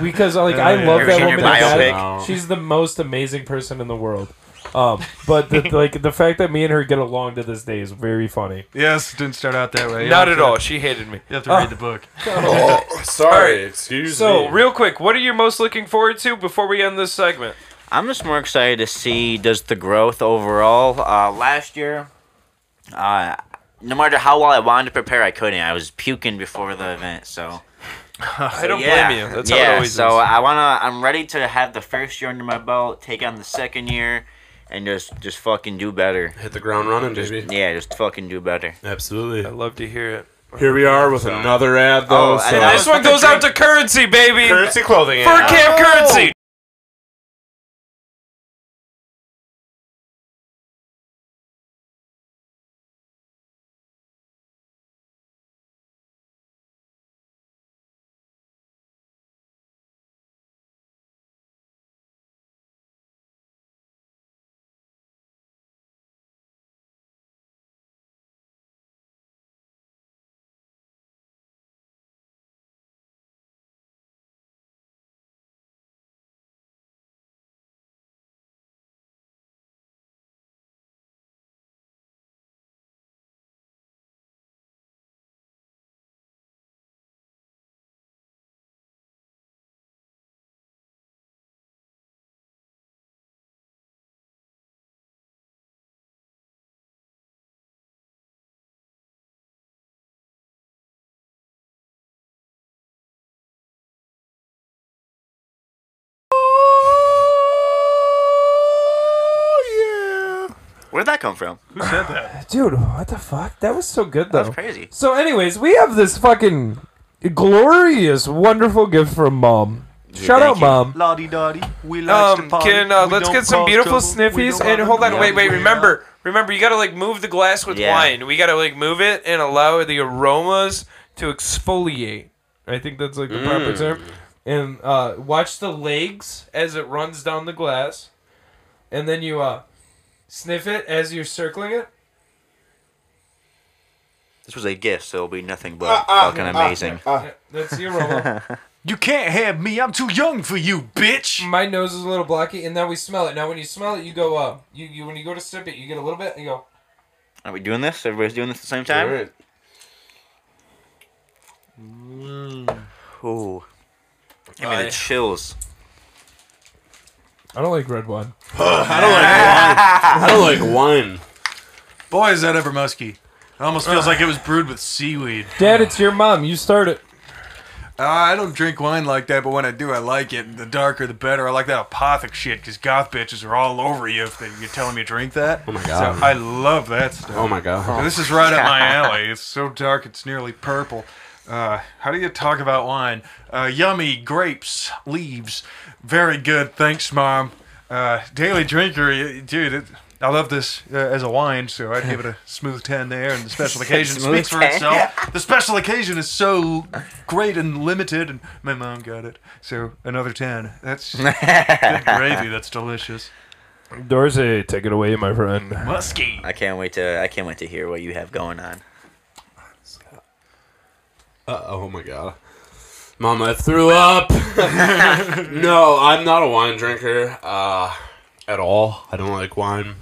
Because like I love that Your woman. to biopic. death. She's the most amazing person in the world. Um, but the, like the fact that me and her get along to this day is very funny. Yes, didn't start out that way. You Not have at to- all. She hated me. You have to read the book. Oh, Sorry, excuse So me. real quick, what are you most looking forward to before we end this segment? I'm just more excited to see does the growth overall. Uh, last year, uh, no matter how well I wanted to prepare, I couldn't. I was puking before the event, so. I don't blame you. That's yeah, how it always so is. I wanna. I'm ready to have the first year under my belt, take on the second year, and just just fucking do better. Hit the ground running, baby. Yeah, just fucking do better. I Absolutely. love to hear it. Here we are with another ad, though. Oh, so. and that This was- one goes out to currency, baby. currency clothing. For ad. Camp Currency. Where'd that come from? Dude, what the fuck? That was so good though. That's crazy. So, anyways, we have this fucking glorious, wonderful gift from mom. Shout out, thank you. mom. Lottie Dottie, we like Um, can uh, let's get some beautiful sniffies and hold on, wait, wait. Remember, remember, you gotta like move the glass with Yeah. wine. We gotta like move it and allow the aromas to exfoliate. I think that's like the proper term. And uh, watch the legs as it runs down the glass, and then you uh, sniff it as you're circling it. This was a gift, so it'll be nothing but Uh, fucking amazing. Yeah, That's the aroma. You can't have me. I'm too young for you, bitch. My nose is a little blocky, and now we smell it. Now when you smell it, you go uh, you, you when you go to sip it, you get a little bit, and you go. Are we doing this? Everybody's doing this at the same All time. right. Ooh, give me Aye. the chills. I don't like red wine. I don't like wine. Boy, is that ever musky. It almost feels like it was brewed with seaweed. Dad, it's your mom. You start it. Uh, I don't drink wine like that, but when I do, I like it. The darker, the better. I like that apothic shit because goth bitches are all over you if they, you're telling me to drink that. Oh my God. So I love that stuff. Oh my god. This is right up my alley. It's so dark, it's nearly purple. Uh, how do you talk about wine? Uh, yummy grapes, leaves. Very good. Thanks, Mom. Uh, daily drinker, y- dude. It, I love this uh, as a wine, so I'd give it a smooth 10 there, and the special occasion Smooth speaks for 10. itself. The special occasion is so great and limited, and my mom got it. So another 10. That's good gravy. That's delicious. Dorze, take it away, my friend. Musky. I can't wait to I can't wait to hear what you have going on. Uh, oh my god. Mama I threw up. no, I'm not a wine drinker uh, at all. I don't like wine.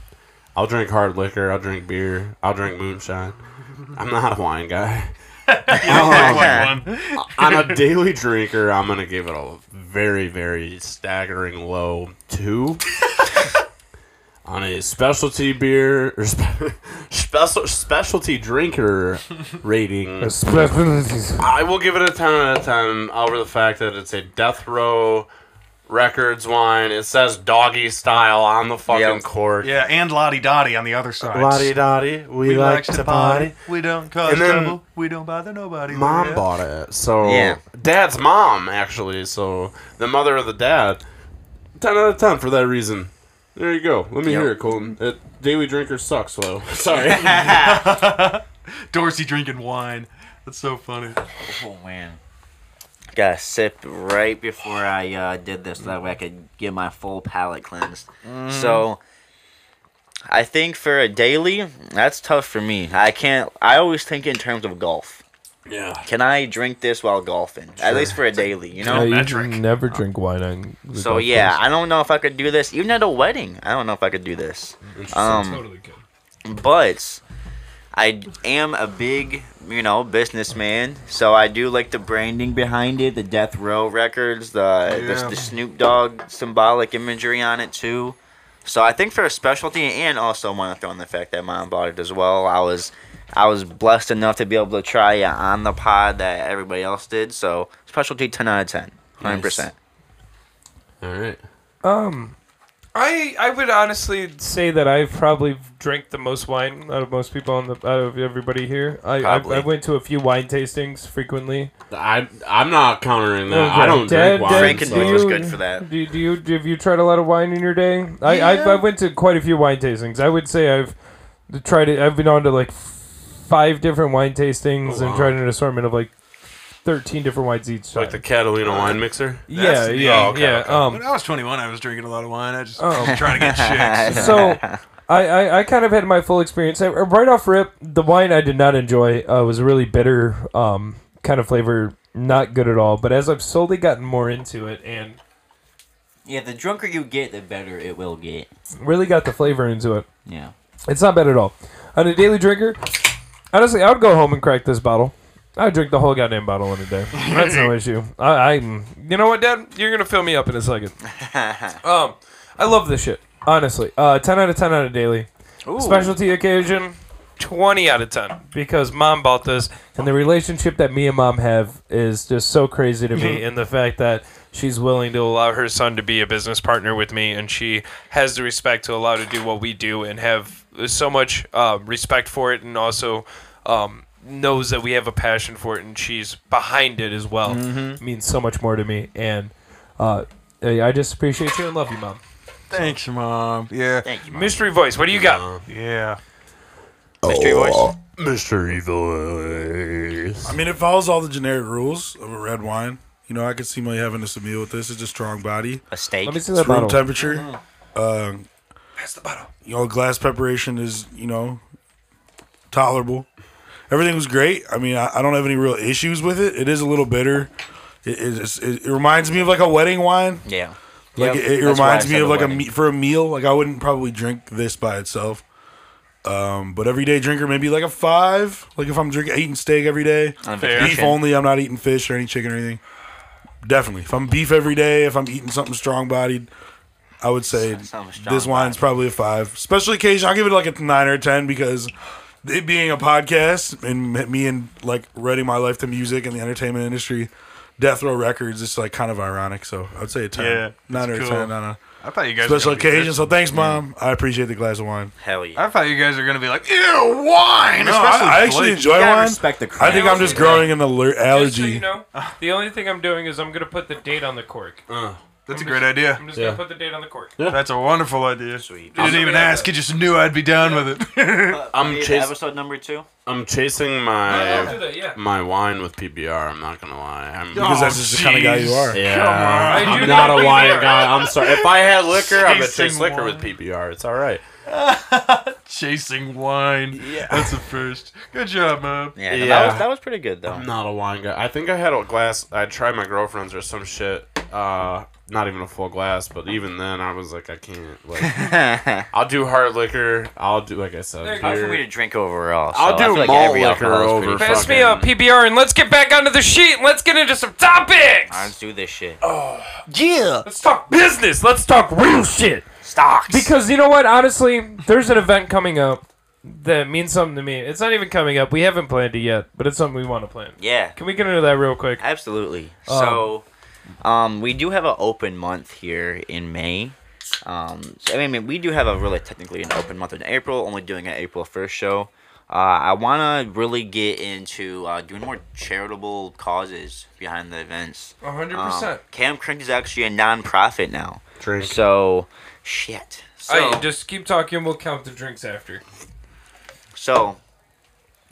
I'll drink hard liquor. I'll drink beer. I'll drink moonshine. I'm not a wine guy. Oh, I'm a daily drinker. I'm gonna give it a very, very staggering low two. On a specialty beer or spe- special specialty drinker rating, I will give it a 10 out of 10 over the fact that it's a Death Row Records wine. It says doggy style on the fucking Yep. cork. Yeah, and Lottie Dottie on the other side. Lottie dottie, we, like, to party. We don't cause And then- trouble. We don't bother nobody. Mom Yeah. bought it. So, Yeah. dad's mom, actually. So, the mother of the dad. 10 out of 10 for that reason. There you go. Let me hear it, Colton. That daily drinker sucks, though. Sorry. Dorsey drinking wine. That's so funny. Oh man. Got a sip right before I uh, did this, so that way I could get my full palate cleansed. So, I think for a daily, that's tough for me. I can't. I always think in terms of golf. yeah. Can I drink this while golfing? At least for a daily, you know. you never drink wine on. the Uh, So golf yeah, course. I don't know if I could do this. Even at a wedding, I don't know if I could do this. Um, But I am a big, you know, businessman, so I do like the branding behind it, the Death Row records, the Yeah. the, the Snoop Dogg symbolic imagery on it too. So I think for a specialty, and also want to throw in the fact that mom bought it as well. I was, I was blessed enough to be able to try it on the pod that everybody else did. So specialty, ten out of ten, hundred percent. All right. Um, I I would honestly say that I've probably drank the most wine out of most people on the out of everybody here. I I, Probably. I went to a few wine tastings frequently. I, I'm not countering that. I Okay. don't Dad- drink wine. Dad, Drinking so- beer is good for that. Do, do you do, have you tried a lot of wine in your day? I, I I went to quite a few wine tastings. I would say I've tried it. I've been on to like five different wine tastings Oh, wow. and tried an assortment of like thirteen different wines each. Time. Like the Uh, Catalina wine mixer? yeah the- yeah oh, okay, yeah. okay. Um, When I was 21, I was drinking a lot of wine. I just Oh. trying to get chicks. so I, I, I kind of had my full experience. I, right off rip, the wine I did not enjoy uh, was a really bitter um, kind of flavor, not good at all. But as I've slowly gotten more into it and Yeah, the drunker you get, the better it will get. really got the flavor into it, Yeah. it's not bad at all. On a daily drinker, honestly, I would go home and crack this bottle. I would drink the whole goddamn bottle in a day. That's no issue. I, I'm. You know what, Dad? You're gonna fill me up in a second. um, I love this shit. Honestly, uh, ten out of ten on a daily. Specialty occasion, 20 out of 10 because mom bought this, and the relationship that me and mom have is just so crazy to me. and the fact that she's willing to allow her son to be a business partner with me, and she has the respect to allow to do what we do, and have so much uh, respect for it, and also um, knows that we have a passion for it, and she's behind it as well. Means so much more to me, and uh, I I just appreciate you and love you, mom. Thanks, Mom. Yeah. Thank you, Mom. Mystery voice, what do you got? Yeah. mystery voice. Oh, Mystery voice. I mean, it follows all the generic rules of a red wine. You know, I could see my having this meal with this. It's a strong body. A steak. Let me see It's that room bottle. temperature. Um, You know, glass preparation is you know tolerable. Everything was great. I mean, I, I don't have any real issues with it. It is a little bitter. It, it, it's- it, it reminds me of like a wedding wine. Yeah. Like Yep, it, it that's why I reminds me said of the like a wedding. me- for a meal. Like I wouldn't probably drink this by itself. Um, but everyday drinker maybe like a five. Like if I'm drinking eating steak every day, On beef vacation. only. I'm not eating fish or any chicken or anything. Definitely, if I'm beef every day, if I'm eating something strong bodied, I would say Something strong this wine's probably a five. Special occasion, I'll give it like a nine or a ten because it being a podcast and me and like writing my life to music and the entertainment industry, Death Row Records. It's like kind of ironic. So I'd say a ten. Yeah, not that's a cool. ten on a I thought you guys. were special gonna be occasion. this- So thanks, mom. I appreciate the glass of wine. Hell yeah. I thought you guys were gonna be like, ew, wine. No, especially I, I actually Blake. enjoy gotta wine. respect the I think craft. I'm just growing an alert Just so allergy. you know, the only thing I'm doing is I'm gonna put the date on the cork. That's a great idea. I'm just Yeah. gonna put the date on the cork. That's a wonderful idea. Sweet. You didn't even ask. You just knew I'd be down with it. I'm Yeah, chasing. episode number two. I'm chasing I'll do my that. Yeah. my wine with PBR. I'm not gonna lie. I'm because that's Oh, just the kind of guy you are. yeah. I do I'm not like a wine PBR. guy. I'm sorry. If I had liquor, I'm gonna chase Chasing liquor wine. with PBR. It's all right. Chasing wine. Yeah. That's the first. Good job, mom. Yeah, no, Yeah. That, was, that was pretty good though. I'm not a wine guy. I think I had a glass. I tried my girlfriend's or some shit. Uh, not even a full glass, but even then, I was like, I can't. Like, I'll do hard liquor. I'll do, like I There you said, go. Hard for me to beer. drink overall. So I'll do I feel like malt every liquor alcohol is over pretty- Pass me fucking- a PBR and let's get back onto the sheet. and Let's get into some topics. Let's do this shit. Let's talk business. Let's talk real shit. Stocks. Because you know what? Honestly, there's an event coming up that means something to me. It's not even coming up. We haven't planned it yet, but it's something we want to plan. yeah, Can we get into that real quick? absolutely. so, um, we do have an open month here in May. Um, so, I mean, we do have a really technically an open month in April. Only doing an April first show. Uh, I want to really get into uh, doing more charitable causes behind the events. 100%. Um, Cam Crink is actually a nonprofit now. Drink. So, shit. So, just keep talking. We'll count the drinks after. So,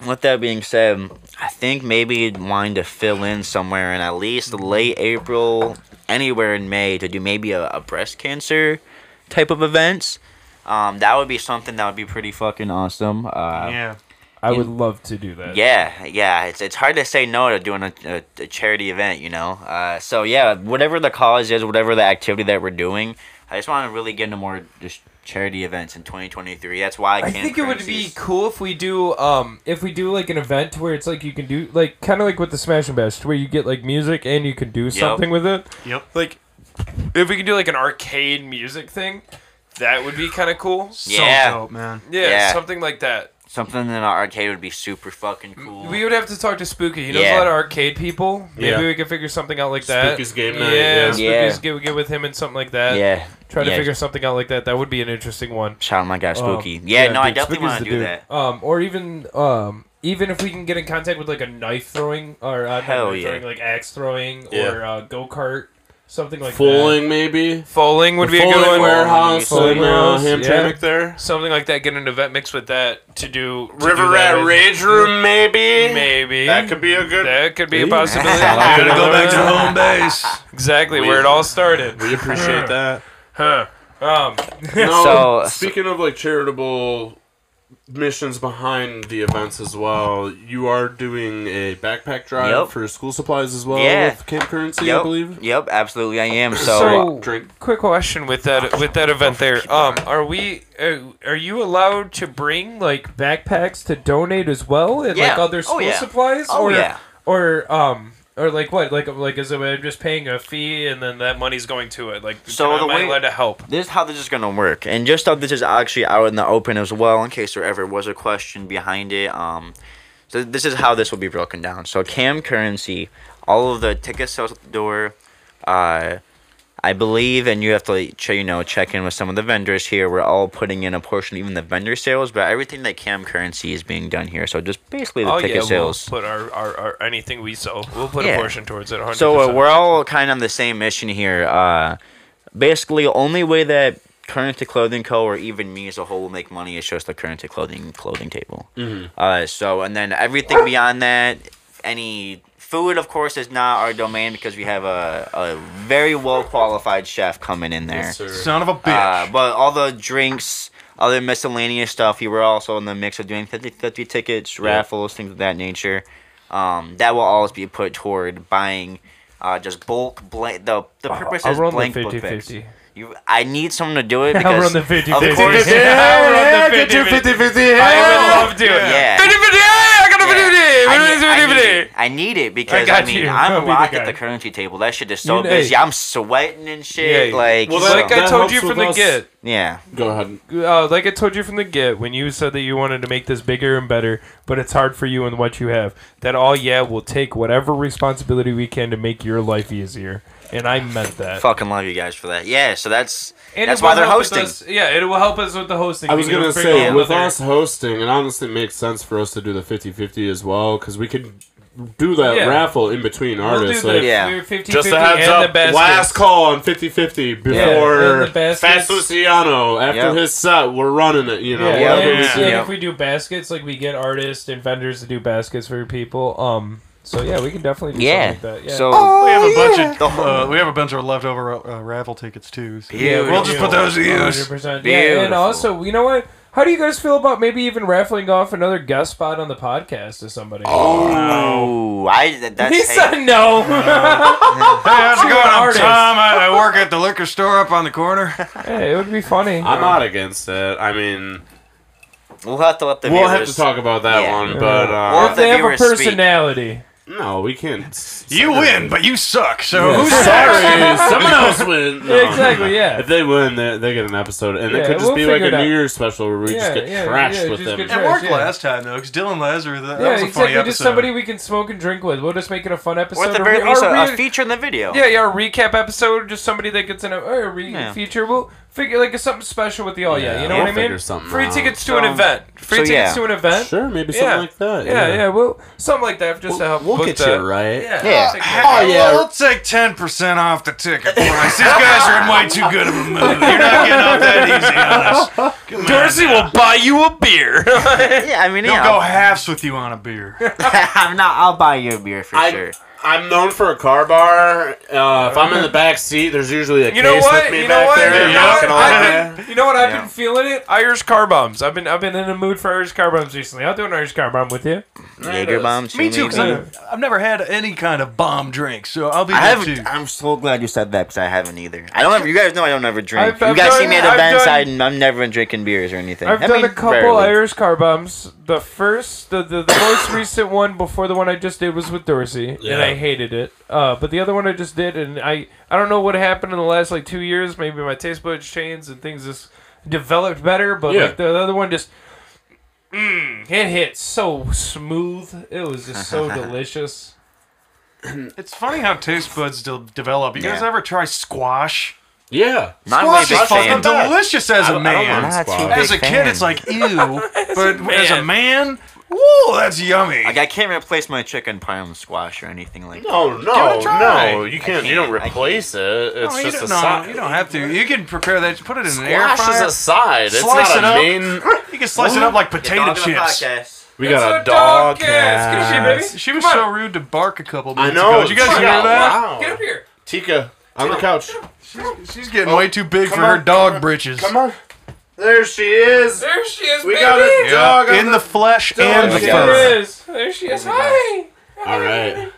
with that being said, I think maybe you'd want to fill in somewhere in at least late April, anywhere in May, to do maybe a, a breast cancer type of events. Um, that would be something that would be pretty fucking awesome. Uh, Yeah. I would love to do that. yeah, yeah. It's it's hard to say no to doing a, a, a charity event, you know. Uh, so yeah, whatever the cause is, whatever the activity that we're doing, I just want to really get into more just charity events in 2023. That's why I, I can't think it would be currencies- cool if we do um if we do like an event where it's like you can do like kind of like with the Smash and Bash where you get like music and you can do something with it. Yep. Like if we could do like an arcade music thing, that would be kind of cool. Yeah. So dope, man. Yeah, Yeah. something like that. Something in an arcade would be super fucking cool. We would have to talk to Spooky. He knows a Yeah. lot of arcade people. Maybe Yeah. we could figure something out like that. Spooky's game night, Yeah, yeah. Spooky's Yeah. get, get with him and something like that. yeah. Try to yeah. figure something out like that. That would be an interesting one. Shout out my guy Spooky. yeah, no, Oh. I dude, definitely Spooky's want the to do dude. that. Um, or even um, even if we can get in contact with like a knife throwing or uh, not Hell knife yeah. throwing, like axe throwing Yeah. or uh, go kart, something like that. Fooling, maybe. Foaling would be a Fooling good one. warehouse in Fooling uh, warehouse, Hamtramck yeah. there. Something like that. Get an event mixed with that to do to River do that Rat with- Rage Room, maybe. Maybe That could be a good. That could be a possibility. Gotta go back to home base. Exactly where it all started. We appreciate that. Huh. Um, No, So- speaking of like charitable missions behind the events as well, you are doing a backpack drive Yep. for school supplies as well Yeah. with Camp Currency, I Yep. believe. Yep, absolutely I am. So, uh, So- Drink. quick question with that with that event there. Um, are we are, are you allowed to bring like backpacks to donate as well and like Yeah. other Oh, school yeah. supplies? Oh, or, yeah. Or um. Or like what? Like like is it I'm just paying a fee and then that money's going to it? Like So am the I way- allowed to help? this is how this is gonna work. And just how this is actually out in the open as well, in case there ever was a question behind it. Um, so this is how this will be broken down. So cam currency, all of the ticket sales at the door, uh, I believe, and you have to che- you know check in with some of the vendors here. We're all putting in a portion, even the vendor sales, but everything that cam currency is being done here. So just basically the oh ticket yeah, sales. we'll put our, our, our anything we sell, we'll put a Yeah. portion towards it. 100%. So uh, we're all kind of on the same mission here. Uh, basically, only way that Current to Clothing Co. or even me as a whole will make money is just the Current to Clothing clothing table. Mm-hmm. Uh, so and then everything beyond that, any food of course is not our domain because we have a, a very well qualified chef coming in there. Son of a bitch. Uh, but all the drinks, other miscellaneous stuff, you were also in the mix of doing 50 50 tickets, raffles, things of that nature. Um, that will always be put toward buying uh, just bulk blank. The, the purpose I'll is run the blank book bags. 50-50. You, I need someone to do it because I'll run the 50 of fifty. course, I'll run the 50 50 50. I would love to. Yeah. Fifty fifty, I got a Yeah. I, need Hey, it. I need it because I, got mean you. I'll I'm be the locked guy. at the currency table. That shit is so You know- busy. I'm sweating and shit. Yeah. Like Well, so- Like I That told helps you from with the us. get, yeah. Go ahead. uh, like I told you from the get, when you said that you wanted to make this bigger and better, but it's hard for you and what you have, that all yeah will take whatever responsibility we can to make your life easier. And I meant that. Fucking love you guys for that. Yeah, so that's And that's it will why they're help with hosting. us- yeah, it will help us with the hosting. I was We can gonna figure say out with whether- us hosting, it honestly makes sense for us to do the 50-50 as well because we could do that Yeah. raffle in between We'll artists. do the like, Yeah. we're 50 Just a heads and up, the best. last call on 50-50 before Yeah, and the baskets. Fast Luciano. After Yep. his set, we're running it. You know, Yeah, Yeah. whatever and, we and do. Yeah. if we do baskets, like we get artists and vendors to do baskets for people. Um, so yeah, we can definitely do Yeah. something like that. Yeah. Oh, So We have a bunch The of whole- uh, we have a bunch of leftover uh, raffle tickets too. So Yeah, we'll just put those to use. 100%. Yeah, Beautiful. and also, you know what? How do you guys feel about maybe even raffling off another guest spot on the podcast to somebody? Oh, Ooh, I that, that's he hey, said no. Hey, how's it Two going? I'm artists. Tom. I, I work at the liquor store up on the corner. hey, it would be funny. I'm not against it. I mean, we'll have to let the we'll viewers. have to talk about that Yeah. one, but Or uh, if they the have a viewers speak. personality. no, we can't. s- You win, but you suck. So Who's who's sorry? Someone else win. No. Exactly, yeah. If they win, they, they get an episode, and Yeah, it could just we'll be like figure a it out. New Year's special where we Yeah, just get yeah, trashed yeah, with just them. get It worked Yeah. last time though, because Dylan Lazarus. That, that yeah, was a funny exactly. episode. Just somebody we can smoke and drink with. We'll just make it a fun episode. Or at the Or very we- least, or a, a we- feature in the video. Yeah, yeah, a recap episode. Just somebody that gets in a, or a re- Yeah. feature. We'll figure like something special with the all yeah. Yeah, you know we'll what I mean? figure something Free out. tickets to So- an event. Free so, tickets yeah. to an event. Sure, maybe Yeah. something like that. Yeah, yeah, Well, something like that, just to help. We'll book get that. you right. Yeah. Yeah. take care of Oh Oh, yeah. yeah, we'll take ten percent off the ticket price. These guys are in way too good of a mood. You're not getting off that easy on us. Come on. Percy will buy you a beer. Yeah, I mean, They'll yeah, go halves with you on a beer. I'm not. I'll buy you a beer for I- sure. I'm known for a car bar. Uh, if I'm in the back seat, there's usually a you case know with what? me You know back what? there. You and know what? knocking all I've that. been, you know what? I've Yeah. been feeling it. Irish car bombs. I've been I've been in the mood for Irish car bombs recently. I'll do an Irish car bomb with you. Jaeger bombs. Me too, because I, I've, I've never had any kind of bomb drink, so I'll be I there too. haven't. I'm so glad you said that because I haven't either. I don't. Ever, you guys know I don't ever drink. I've- you I've guys see done- me at I've events. done- I, I'm never drinking beers or anything. I've I done mean, a couple rarely. Irish car bombs. The first, the, the, the most recent one before the one I just did was with Dorsey, and Yeah. I hated it. Uh, but the other one I just did, and I I don't know what happened in the last like two years. Maybe my taste buds changed and things just developed better. But Yeah. like the other one just. Mm, it hit so smooth. It was just so delicious. It's fundy how taste buds de- develop. You guys Yeah. ever try squash? Yeah. Not really Squash big is fucking fan. fan. delicious as I- I a don't man. mind. Not too Squash. big As a fan. kid, it's like ew, but a as a man, whoa, that's yummy. Like I can't replace my chicken pie with squash or anything like that. No, no, try. no. You can't. can't. You don't I can't. replace it. It's No, you, just a don't, no, side. you don't have to. You can prepare that. Put it in an air Squash is fryer. a side. It's Slice not it up. a main. You can slice it up like potato chips. We It's got a a dog dog cast. Get your shit, cast. baby. She was Come so on. rude to Bark a couple I minutes know. ago. Did you guys Tika, hear that? Wow. Get up here. Tika on the couch. She's getting way too big for on, her dog britches. Come on. There she is. There she is, We baby. got a Yeah, dog in the, flesh and the Dog fur. There she is. There she is. Hi. All right.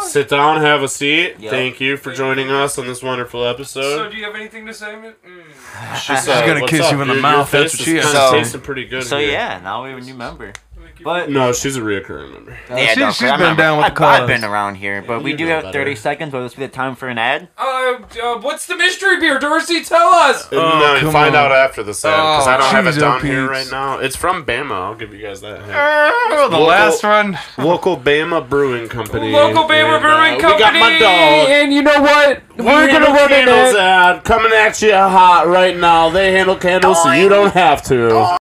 Sit down, have a seat. Thank you for joining us on this wonderful So, episode. do you have anything to say? Mm. She's gonna kiss you in the mouth, that's what she is. Kind of So- tasting pretty good. So here. yeah, now we have a new member. Thank you. But No, she's a reoccurring member. yeah, she- no, she's I'm been not- down with the I've, cause. I've been around here, but we you do know have better. 30 seconds. Will this be the time for an ad? Uh, uh, what's the mystery beer, Dorsey? Tell us. no, you Oh, come find on. out after the set because I Oh, don't have it cheese down up here eats. right now. It's from Bama. I'll give you guys that. hint. Oh, the Local- last one. Local Bama Brewing Company. Local Bama And, Brewing uh, Company. We got my dog. And you know what? We We're gonna handle run it candles in. ad coming at you hot right now. They handle candles, so you don't have to.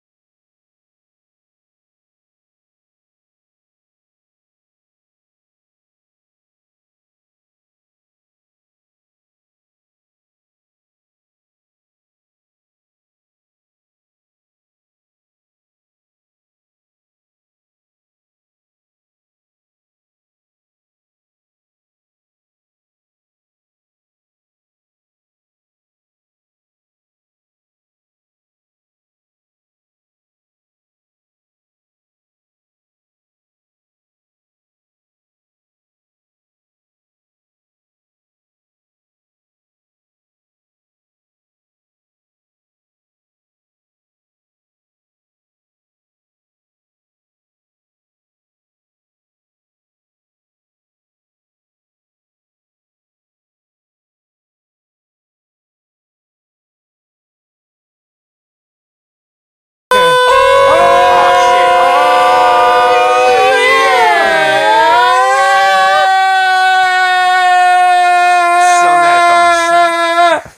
Oh,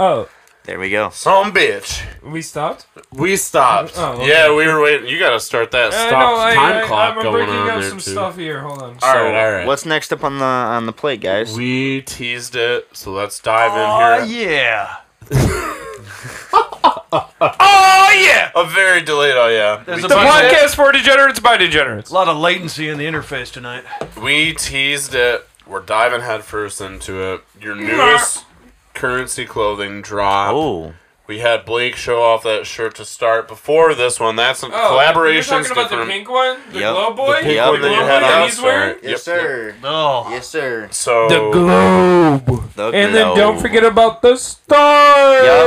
Oh, There we go. Some bitch. We stopped. We stopped. Oh, okay. Yeah, we were waiting. You gotta start that Uh, stop no, I, time I, clock I'm going breaking on up there some too. stuff here. Hold on. All right, all right. What's next up on the on the plate, guys? we teased it, so let's dive in here. yeah. Oh yeah! A very delayed. Oh yeah. There's we, a The bunch of- podcast for degenerates by degenerates. A lot of latency in the interface tonight. we teased it. We're diving headfirst into it. Your newest currency clothing drop. Oh, We had Blake show off that shirt to start before this one. That's a Oh, collaboration. You're talking about the pink one, the Yep. glow boy, pink Yep. one that you Glow had boy on. he's wearing. Yep, yep. Oh. Yes, sir. So The globe. The And then globe. don't forget about the stars. Yup,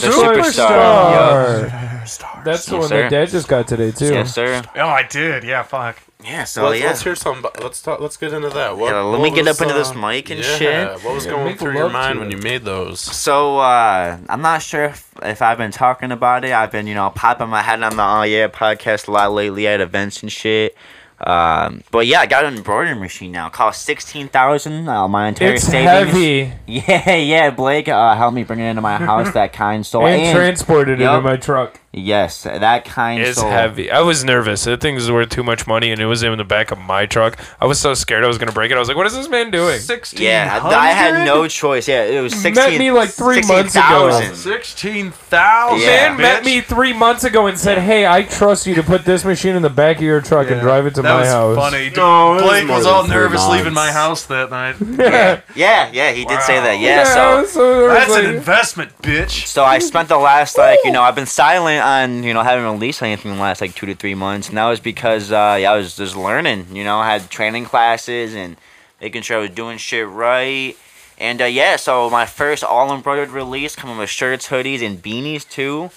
the superstar. That's the Yes, one sir. that Dad just got today too. Yes, sir. Oh, I did. Yeah, fuck. Yeah. So let's, Oh, yeah. let's hear some. Let's talk. Let's get into that. What, Yeah, let what me get was, up into this uh, mic and yeah, shit. What was going Make through your love to mind when it. you made those? So uh, I'm not sure if, if I've been talking about it. I've been, you know, popping my head on the Oh Yeah podcast a lot lately at events and shit. Um, but yeah, I got an embroidery machine now. Cost sixteen thousand. Uh, my entire It's savings. heavy Yeah, yeah. Blake uh, helped me bring it into my house. That kind soul. and Oh, And- transported Yup. it in my truck. yes, that kind It's soul. heavy. I was nervous. That thing was worth too much money, and it was in the back of my truck. I was so scared I was gonna break it. I was like, "What is this man doing?" Sixteen. Yeah, I, I had no choice. Yeah, it was Met sixteen. me, like, three months ago. 16,000. Sixteen thousand. Yeah. man met me three months ago and said, "Hey, I trust you to put this machine in the back of your truck and drive it to that my was house." Funny. No, it was Blake more was than all three nervous months. leaving my house that night. Yeah, yeah, he did say that. Yeah, I so was so- I was That's like- an investment, bitch. so I spent the last like you know I've been silent on you know having released anything in the last like two to three months, and that was because uh, yeah, I was just learning. You know, I had training classes and making sure I was doing shit right. And uh, yeah, so my first all embroidered release coming with shirts, hoodies, and beanies too.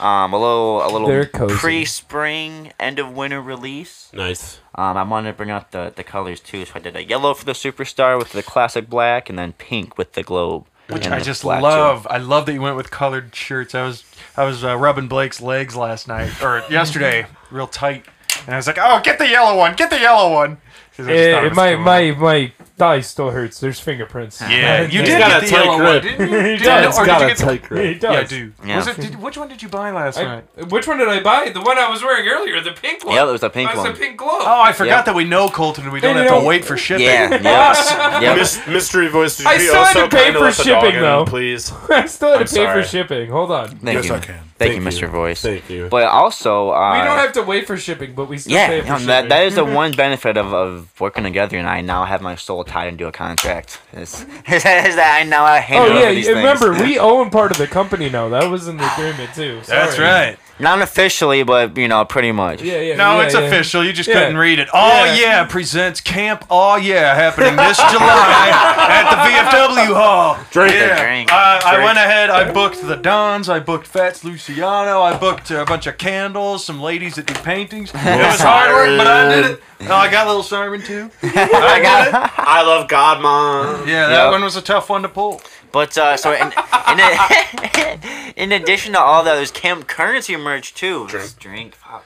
Um, a little a They're little cozy. pre-spring end of winter release. Nice. Um, I wanted to bring out the, the colors too, so I did a yellow for the superstar with the classic black, and then pink with the globe. Which and I the just black, too. love. I love that you went with colored shirts. I was I was uh, rubbing Blake's legs last night or yesterday, real tight, and I was like, "Oh, get the yellow one, get the yellow one." 'Cause I just Eh, thought it was my cool. my my thigh still hurts. There's fingerprints. yeah, you It's did got get a the tight yellow grip. one, didn't you? Did you- Yeah, it's or got did a you get the- tight grip. it does. Yeah, I do. Yeah. Was it? Did, which one did you buy last I- night? which one did I buy? The one I was wearing earlier, the pink one. Yeah, it was a pink That's one. the pink glow. Oh, I forgot Yeah. that we know Colton. We don't And have you to know- wait for shipping. Yeah, yeah, yeah. Mis- mystery voice. Did I you still had also to pay kinda for let the dog shipping, in, though. Please. I still had I'm to pay sorry. for shipping. Hold on. Thank Yes, you. I can. Thank, you, Thank you. Mr. Voice. Thank you. But also, uh, we don't have to wait for shipping, but we still yeah, pay for no, shipping. that, that is the one benefit of, of working together, and I now have my soul tied into a contract. Is, is that I now I handle Oh yeah, over these you- things. remember we own part of the company now. That was in the agreement too. That's Sorry. right. Not officially, but you know, pretty much. Yeah, yeah. No, yeah, it's yeah. official. You just Yeah. couldn't read it. Oh yeah. Yeah. presents Camp Oh Yeah happening this July at the VFW Hall. Drink it. yeah. Drink. I, I Drink. went ahead. I booked the Dons. I booked Fats Luciano. I booked uh, a bunch of candles, some ladies that do paintings. It was hard work, but I did it. Oh, I got a little siren too. I got. I love God, mom. Yeah, that Yep. one was a tough one to pull. But uh, so in, in, a, in addition to all that, there's camp currency merch too. Drink, drink, fuck.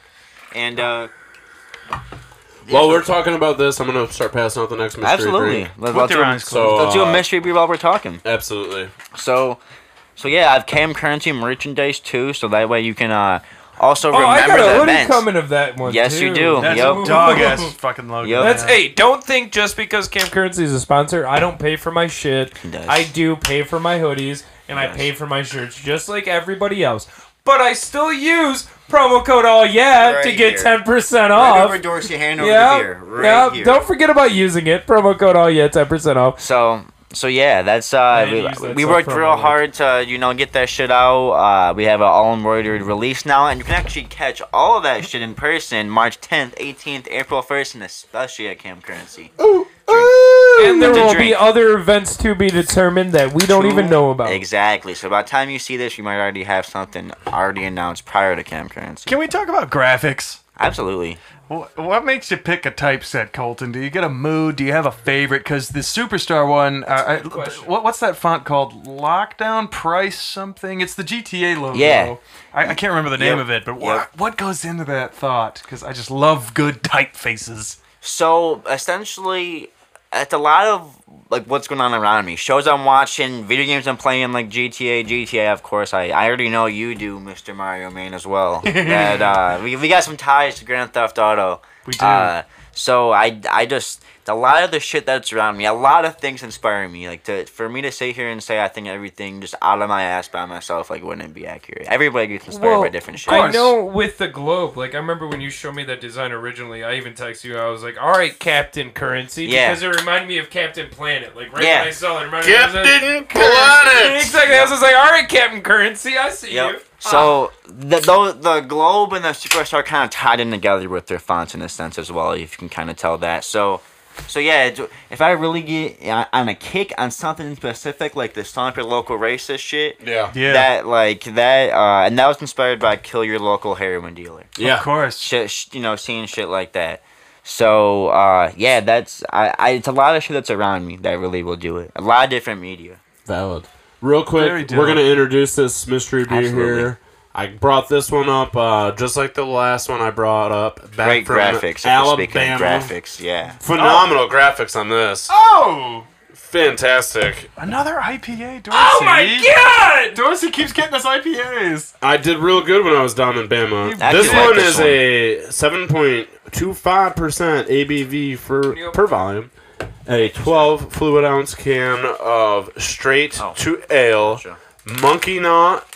And uh, While we're talking about this, I'm gonna start passing out the next mystery absolutely, drink. let's, let's, their eyes do, closed. So, let's do uh, a mystery brew while we're talking. Absolutely. So, so yeah, I've camp currency merchandise too, so that way you can uh, also Oh, I remember got a the hoodie events. coming of that one. Yes, you too. do. That's Yep. a dog ass fucking logo. Yep. That's man. hey. Don't think just because Camp Currency is a sponsor, I don't pay for my shit. does. I do pay for my hoodies and I does. pay for my shirts, just like everybody else. But I still use promo code all yeah Right to get here. ten percent off. Dorsey, hand yeah, yeah. Don't forget about using it. Promo code all yeah, ten percent off. So so yeah, that's I uh need to use we, that we stuff worked for real my- hard to you know get that shit out. Uh, we have an all embroidered release now, and you can actually catch all of that shit in person March 10th, 18th, April 1st, and especially at Camp Currency. And there With the will be drink. other events to be determined that we don't even know about. Exactly. So by the time you see this, you might already have something already announced prior to Camp Currency. Can we talk about graphics? Absolutely. Wh- What makes you pick a typeset, Colton? Do you get a mood? Do you have a favorite? Because the superstar one, uh, I, question. what, what's that font called? Lockdown Price something? It's the GTA logo. Yeah. I, I can't remember the name Yep. of it, but Yep. what, what goes into that thought? Because I just love good typefaces. So essentially, it's a lot of like what's going on around me. Shows I'm watching, video games I'm playing, like GTA, GTA. Of course, I, I already know you do, Mr. Mario Man, as well. that uh, we we got some ties to Grand Theft Auto. We do. Uh, so I I just a lot of the shit that's around me, a lot of things inspire me. Like to for me to sit here and say I think everything just out of my ass by myself, like wouldn't be accurate. Everybody gets inspired by different shit. I know with the globe, like I remember when you showed me that design originally. I even texted you. I was like, "All right, Captain Currency," Yeah. because it reminded me of Captain Planet. Like right Yeah. when I saw it, it reminded me of Captain Planet. Exactly. I was just like, "All right, Captain Currency, I see you." Yep. So the, the the globe and the superstar are kind of tied in together with their fonts in a sense as well. If you can kind of tell that. So, so yeah, it's- if I really get on- on a kick on something specific like the stomp your local racist shit, Yeah. Yeah. that like that, uh, and that was inspired by kill your local heroin dealer. Yeah. Of course. Shit, sh- you know, seeing shit like that. So uh, yeah, that's I, I. It's a lot of shit that's around me that really will do it. A lot of different media. Valid. Real Very quick, dope. we're gonna introduce this mystery beer Absolutely. here. I brought this one up, uh, just like the last one I brought up. Back Great from graphics. Alabama. Speaking Alabama. of graphics, yeah. Phenomenal graphics on this. Oh, Fantastic. another IPA, Dorsey. Oh my God! Dorsey keeps getting us IPAs. I did real good when I was down in Bama. I This do like one this is a seven point two five percent ABV for Yep. per volume. A twelve fluid ounce can of straight Oh. to ale, Sure. monkey knot,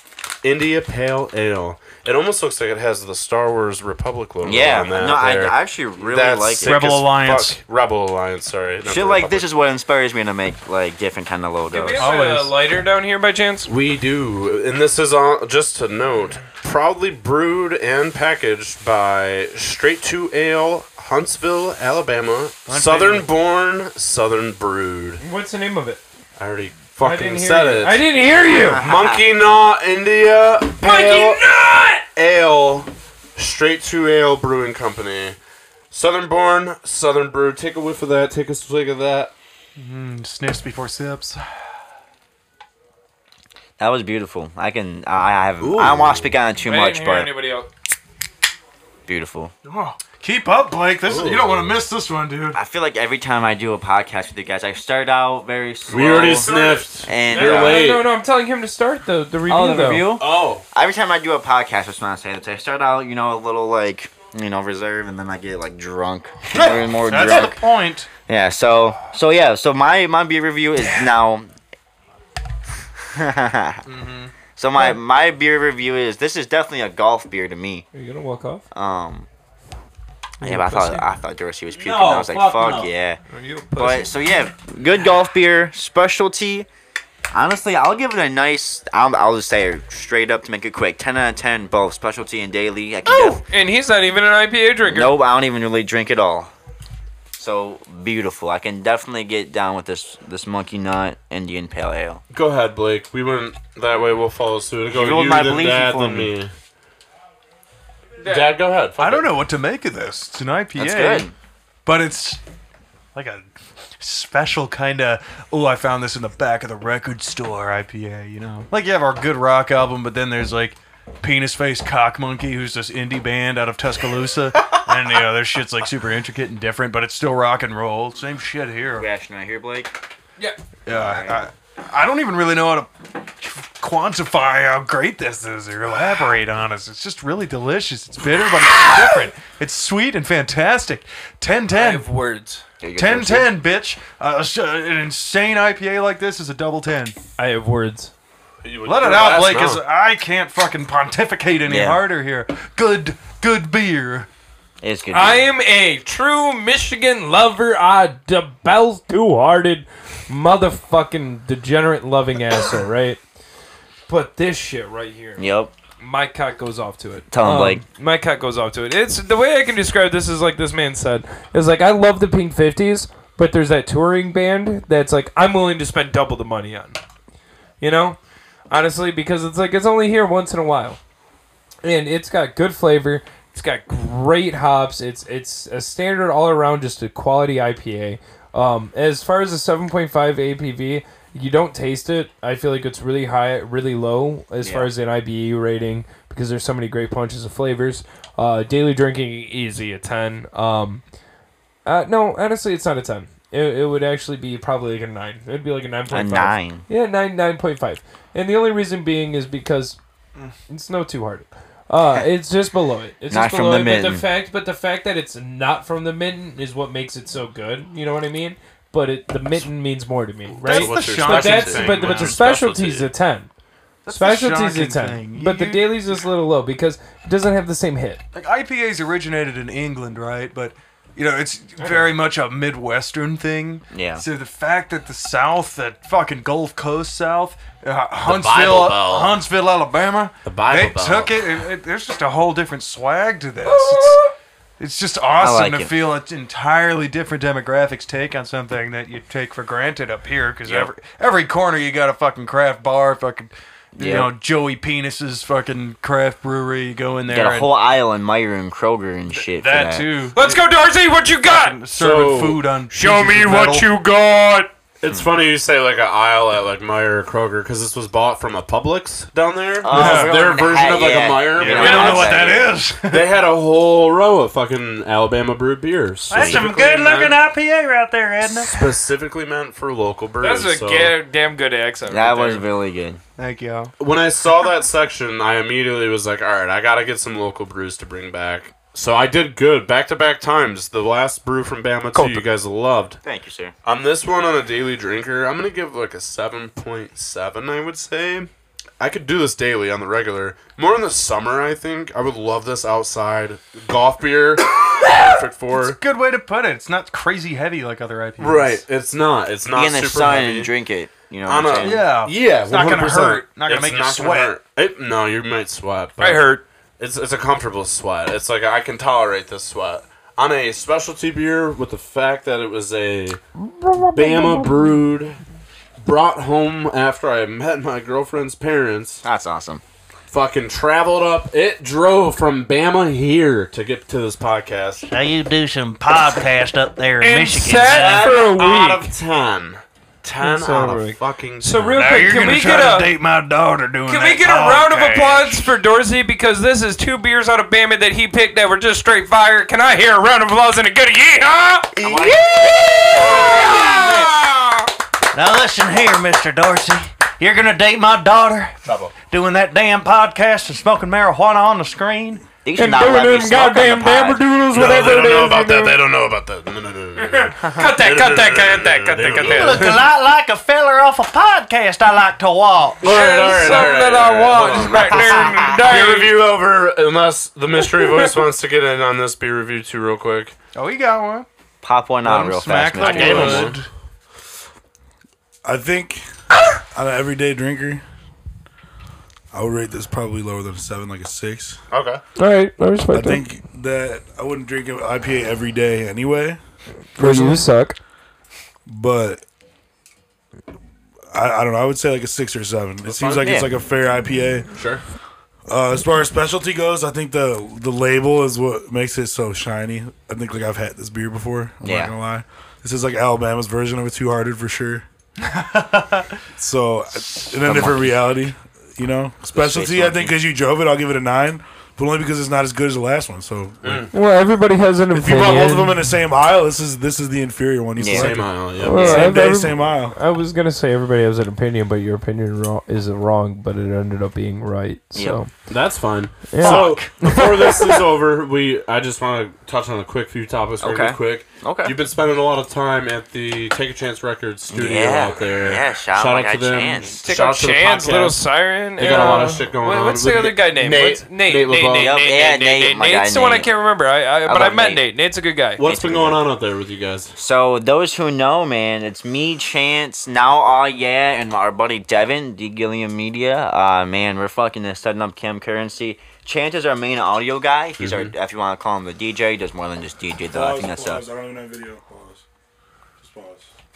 India pale ale. It almost looks like it has the Star Wars Republic logo Yeah, on that. no, I, there. I actually really That's like sick it. Rebel as Alliance. fuck. Rebel Alliance, sorry. not Shit the like this Republic. is what inspires me to make like different kind of Do logos. we have Ah. a Always. lighter down here by chance? We do, and this is all just to note. Proudly brewed and packaged by Straight to Ale, Huntsville, Alabama. Southern born, Southern brewed. What's the name of it? I already I fucking didn't hear said you. it. I didn't hear you. Uh-huh. Monkey Gnaw India Pale Ale, Straight to Ale Brewing Company. Southern born, Southern brewed. Take a whiff of that. Take a swig of that. Sniffs before sips. that was beautiful. I can. I I have. I don't want to speak on it too I much, didn't hear but anybody else. beautiful. Oh, keep up, Blake. This you don't want to miss this one, dude. I feel like every time I do a podcast with you guys, I start out very slow. We already sniffed. and You're uh, late. No, no, no, I'm telling him to start the, the review. oh, the though. review. Oh. Every time I do a podcast with someone, I say this. I start out, you know, a little like you know reserved, and then I get like drunk, more and more That's drunk. the point. Yeah, so so yeah, so my my beer review is now. So my my beer review is this is definitely a golf beer to me. Are you gonna walk off? Um, yeah, you but I pussy? thought I thought Dorsey was puking. I was like, fuck yeah. Are you a pussy? But so yeah, good golf beer specialty. Honestly, I'll give it a nice. I'll, I'll just say it straight up to make it quick. Ten out of ten, both specialty and daily. I can def- Oh, and he's not even an IPA drinker. Nope, I don't even really drink at all. So beautiful. I can definitely get down with this this monkey nut Indian pale ale. Go ahead, Blake. We went that way. We'll follow suit. Go You you, rolled my then bleezy dad, for then me. me. Dad, go ahead. Fuck I don't it. know what to make of this. It's an IPA, That's good. but it's like a special kind of. Oh, I found this in the back of the record store IPA. You know, like you have our good rock album, but then there's like penis face cock monkey, who's this indie band out of Tuscaloosa, and you know their shit's like super intricate and different, but it's still rock and roll. Same shit here. Reaction right here, Blake. Yeah. Yeah, I, I, I don't even really know how to quantify how great this is or elaborate on it. It's just really delicious. It's bitter, but it's different. It's sweet and fantastic. 10 10. words. There you go, 10 Dorsey. 10, bitch. Uh, sh- an insane IPA like this is a double 10. I have words. Let it out, Blake, uh, because Is I can't fucking pontificate any Yeah. harder here. Good, good beer. It's good. I am a true Michigan lover. I debels two-hearted, motherfucking degenerate loving asshole, right? But this shit right here, Yep. my cat goes off to it. Um, Tell him, Blake. My cat goes off to it. It's the way I can describe this is like this man said. Is like I love the Pink Fifties, but there's that touring band that's like I'm willing to spend double the money on. You know, honestly, because it's like it's only here once in a while, and it's got good flavor. It's got great hops. It's it's a standard all around, just a quality IPA. Um, as far as the 7.5 APV, you don't taste it. I feel like it's really high, really low as far Yeah. as an IBU rating because there's so many great punches of flavors. Uh, daily drinking easy a ten. Um, uh, no, honestly, it's not a ten. it, it would actually be probably like a nine. It'd be like a nine A point five. nine. Yeah, nine nine point five. And the only reason being is because Mm. it's no too hard. Uh, it's just below it. It's Not just from below the it. But mitten. the fact, but the fact that it's not from the mitten is what makes it so good. You know what I mean? But it, the mitten means more to me, right? That's the What's your shocking but that's thing, but, but what's the your specialty's a specialty? ten. That's the Specialty's a shocking ten. thing. But the You- daily's is a little low because it doesn't have the same hit. like IPAs originated in England, right? But you know, it's very much a Midwestern thing. Yeah. So the fact that the South, that fucking Gulf Coast South, uh, Huntsville, Bible Belt. Huntsville, Alabama, The Bible they Belt. took it, it, it- There's just a whole different swag to this. It's, it's just awesome like to it. feel an entirely different demographics take on something that you take for granted up here. Because Yep. every every corner you got a fucking craft bar, fucking. You Yep. know, Joey Penis's fucking craft brewery. You go in there. Got a and- whole aisle in Meyer and Kroger and shit. for that too. Let's go, Darcy. What you got? So- Serving food on. Show pieces me of metal. what you got. It's funny you say like an aisle at like Meyer or Kroger because this was bought from a Publix down there. Oh, This is really? their version of like Yeah. a Meyer. Yeah. but We don't know That's what that that is. They had a whole row of fucking Alabama brewed beers. specifically meant- IPA right there, Edna. Specifically meant for local breweries. That's a so- ga- damn good accent. That right was there. really good. Thank you. when I saw that section, I immediately was like, all right, I got to get some local brews to bring back. So I did good back to back times. The last brew from Bama 2 you guys loved. Thank you, sir. On this one, on a daily drinker, I'm going to give like a 7.7, I would say. I could do this daily on the regular. More in the summer, I think. I would love this outside. Golf beer, perfect for. Good way to put it. It's not crazy heavy like other IPAs. Right, it's not. It's not Be in the super sun heavy. and drink it. You know On what I'm a, saying? Yeah. yeah, It's not gonna 100%. hurt. Not gonna It's make you not gonna sweat. hurt. It, no, you might sweat. But I heard. It's it's a comfortable sweat. It's like I can tolerate this sweat. On a specialty beer with the fact that it was a Bama brewed, brought home after I met my girlfriend's parents, That's awesome. fucking traveled up. It drove from Bama here to get to this podcast. Now you do some podcast up there in And Michigan. sat son. for a Out week. of ten. Ten So out of rude. fucking So 10. real Now quick, you're can gonna we try get to a date my daughter doing Can that we get a round of podcast. applause for Dorsey because this is two beers out of Bama that he picked that were just straight fire? Can I hear a round of applause and a good yeehaw? Yeehaw! Now listen here, Mr. Dorsey. You're gonna date my daughter doing that damn podcast and smoking marijuana on the screen. They should not let me smoke on the pod. doodles, No, they don't know about that. They don't know about that. No, no, no, no, no. Cut that! Cut that! Cut that! Cut that! Cut You Look a that! lot like a feller off a podcast I like to watch. All right, all right, all Something right, that all right, I want hold is on. right there Beer in the day. review over, unless the mystery voice wants to get in on this beer review too, real quick. Oh, you got one. Pop one Let out him real smack fast. the man. I gave him wood. one. I think on an everyday drinker, I would rate this probably lower than a seven, like a six. Okay. All right, I respect I think that I wouldn't drink an IPA every day anyway, you suck. but I, I don't know. I would say like a six or seven. It seems fine. like Yeah. it's like a fair IPA. Sure. Uh, as far as specialty goes, I think the the label is what makes it so shiny. I think like I've had this beer before. I'm Yeah. not gonna lie. This is like Alabama's version of a two hearted for sure. so in a different reality, you know, specialty. I think because you drove it, I'll give it a nine, but only because it's not as good as the last one. So Mm. like, Well, everybody has an if you brought both of them in the same aisle, this is this is the inferior one. You Yeah. selected. Same aisle, yeah. Well, Same I've day, never- same aisle. I was gonna say everybody has an opinion, but your opinion wrong, is wrong, but it ended up being right. So That's fine. Yeah. So before this is over, we I just want to touch on a quick few topics really Okay. quick. Okay. You've been spending a lot of time at the Take a Chance Records studio Yeah. out there. Yeah, shout out my guy Chance. Take Shout a out to the chance, podcast. little siren. They got a lot of uh, shit going what- on. What's We the can other get guy name? Nate. What's, Nate. Nate Nate. Nate. LeBeau. Nate. Yup, Nate. yeah, Nate. Nate. Nate, my guy Nate's the one I Nate. can't remember. I, I but love I met Nate. Nate. Nate's a good guy. What's been going on out there with you guys? So those who know, man, it's me, Chance, now all yeah, and our buddy Devin, D Gilliam Media. Uh man, we're fucking setting up Cam Currency. Chance is our main audio guy. He's our if you want to call him the DJ, he does more than just DJ though. I think that's us. don't even have video. Pause. Just pause.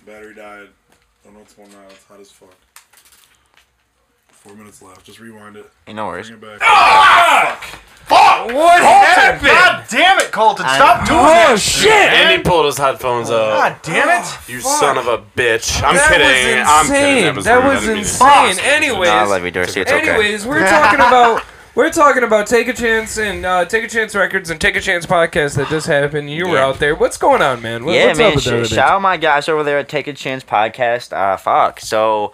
Battery died. Don't know what's going on. It's hot as fuck. Four minutes left. Just rewind it. You know where it is. it back. What happened? God damn it, Colton! I- Stop doing that. Oh shit! Andy pulled his Oh, headphones up. God damn it! you son of a bitch! I'm That kidding. was I'm kidding. insane. was, That rude. I was didn't mean to- insane. Nah, I love Anyways, you, Dorsey. It's okay. anyways, we're talking about We're talking about Take a Chance and uh, Take a Chance Records and Take a Chance podcast that just happened. You were Yeah. out there. What's going on, man? What, yeah, what's man. up with sh- everything? shout out my guys over there at Take a Chance Podcast. Uh, fuck. So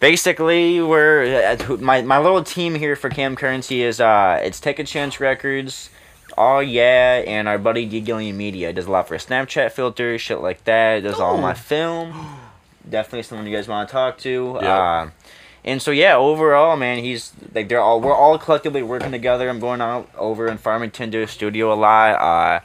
basically, we're at, who- my my little team here for Cam Currency is uh, it's Take a Chance Records. Oh yeah, and our buddy D Gillian Media does a lot for Snapchat filters, shit like that. Does all Oh. my film. Definitely someone you guys want to talk to. Yeah. Uh, and so yeah, overall, man, he's like they're all we're all collectively working together. I'm going out over in Farmington to his studio a lot. Uh,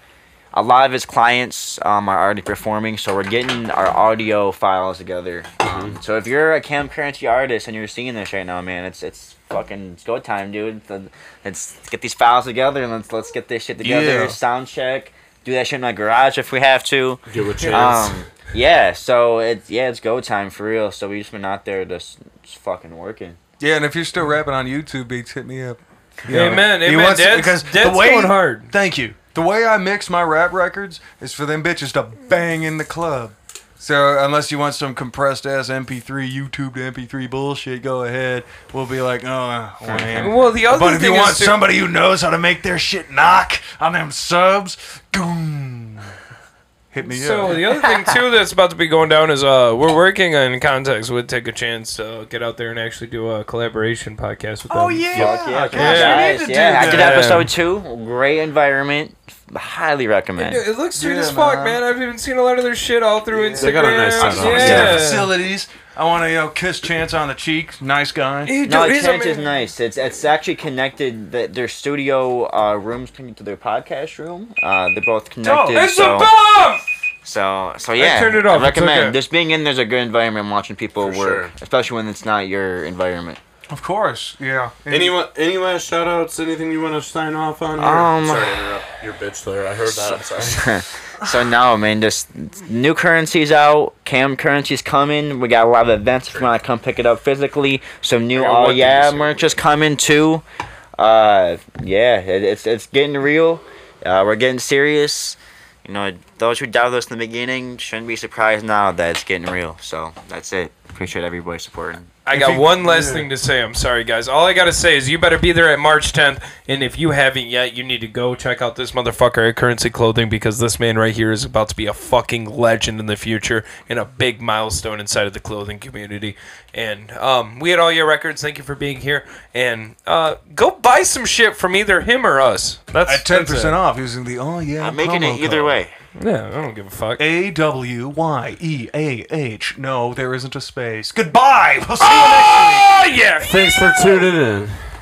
a lot of his clients um, are already performing, so we're getting our audio files together. Um, so if you're a Cam Currency artist and you're seeing this right now, man, it's it's fucking it's go time, dude. Let's- Let's get these files together and let's let's get this shit together. Yeah. Sound check, do that shit in my garage if we have to. Give it a chance. Um, yeah, so it's yeah, it's go time for real. So we just been out there just, just fucking working. Yeah, and if you're still rapping on YouTube beats, hit me up. Amen. He Amen. wants to- Dad's, because the Dad's way- going hard. Thank you. The way I mix my rap records is for them bitches to bang in the club. So unless you want some compressed ass MP3, YouTube to MP3 bullshit, go ahead. We'll be like, oh, wham. Well, the other But if thing you want is too- somebody who knows how to make their shit knock on them subs, goom, hit me So up. the other thing too that's about to be going down is uh we're working on contacts with Take a Chance to get out there and actually do a collaboration podcast with them. Oh yeah, Fuck yeah, Gosh, yeah. you guys, need to yeah. I do did that. episode two. Great environment. Highly recommend. Dude, it looks sweet Yeah, as fuck, man. man. I've even seen a lot of their shit all through Instagram. They got a nice setup. Yeah. yeah. facilities. I want to you know, kiss Chance on the cheek. Nice guy. Hey, dude, No, he's Chance is amazing. nice. It's it's actually connected. The, their studio uh, rooms connected to their podcast room. Uh, they're both connected. It's so, a bomb! so so yeah. turned it off. It's recommend okay. just being in there's a good environment watching people For work, sure. especially when it's not your environment. Of course, yeah. And- Anyone, any last shout outs? Anything you want to sign off on? here? Um, sorry to interrupt your bitch there. I heard that. I'm sorry. So now, man, just new currencies out. Cam currencies coming. We got a lot of events if you want to come pick it up physically. Some new all yeah merch is coming too. Uh, yeah, it, it's it's getting real. Uh, we're getting serious. You know, those who doubted us in the beginning shouldn't be surprised now that it's getting real. So that's it. Appreciate everybody supporting. I got one last thing to say. I'm sorry, guys. All I gotta say is you better be there at March 10th, and if you haven't yet, you need to go check out this motherfucker at Currency Clothing because this man right here is about to be a fucking legend in the future and a big milestone inside of the clothing community. And um, we had all your records. Thank you for being here. And uh, go buy some shit from either him or us. That's at ten percent that's off using the oh yeah. I'm making promo it either code. way. it. Yeah, I don't give a fuck. A W Y E A H. Ah! No, there isn't a space. Goodbye. We'll see you next Oh week. yeah. Thanks for tuning in.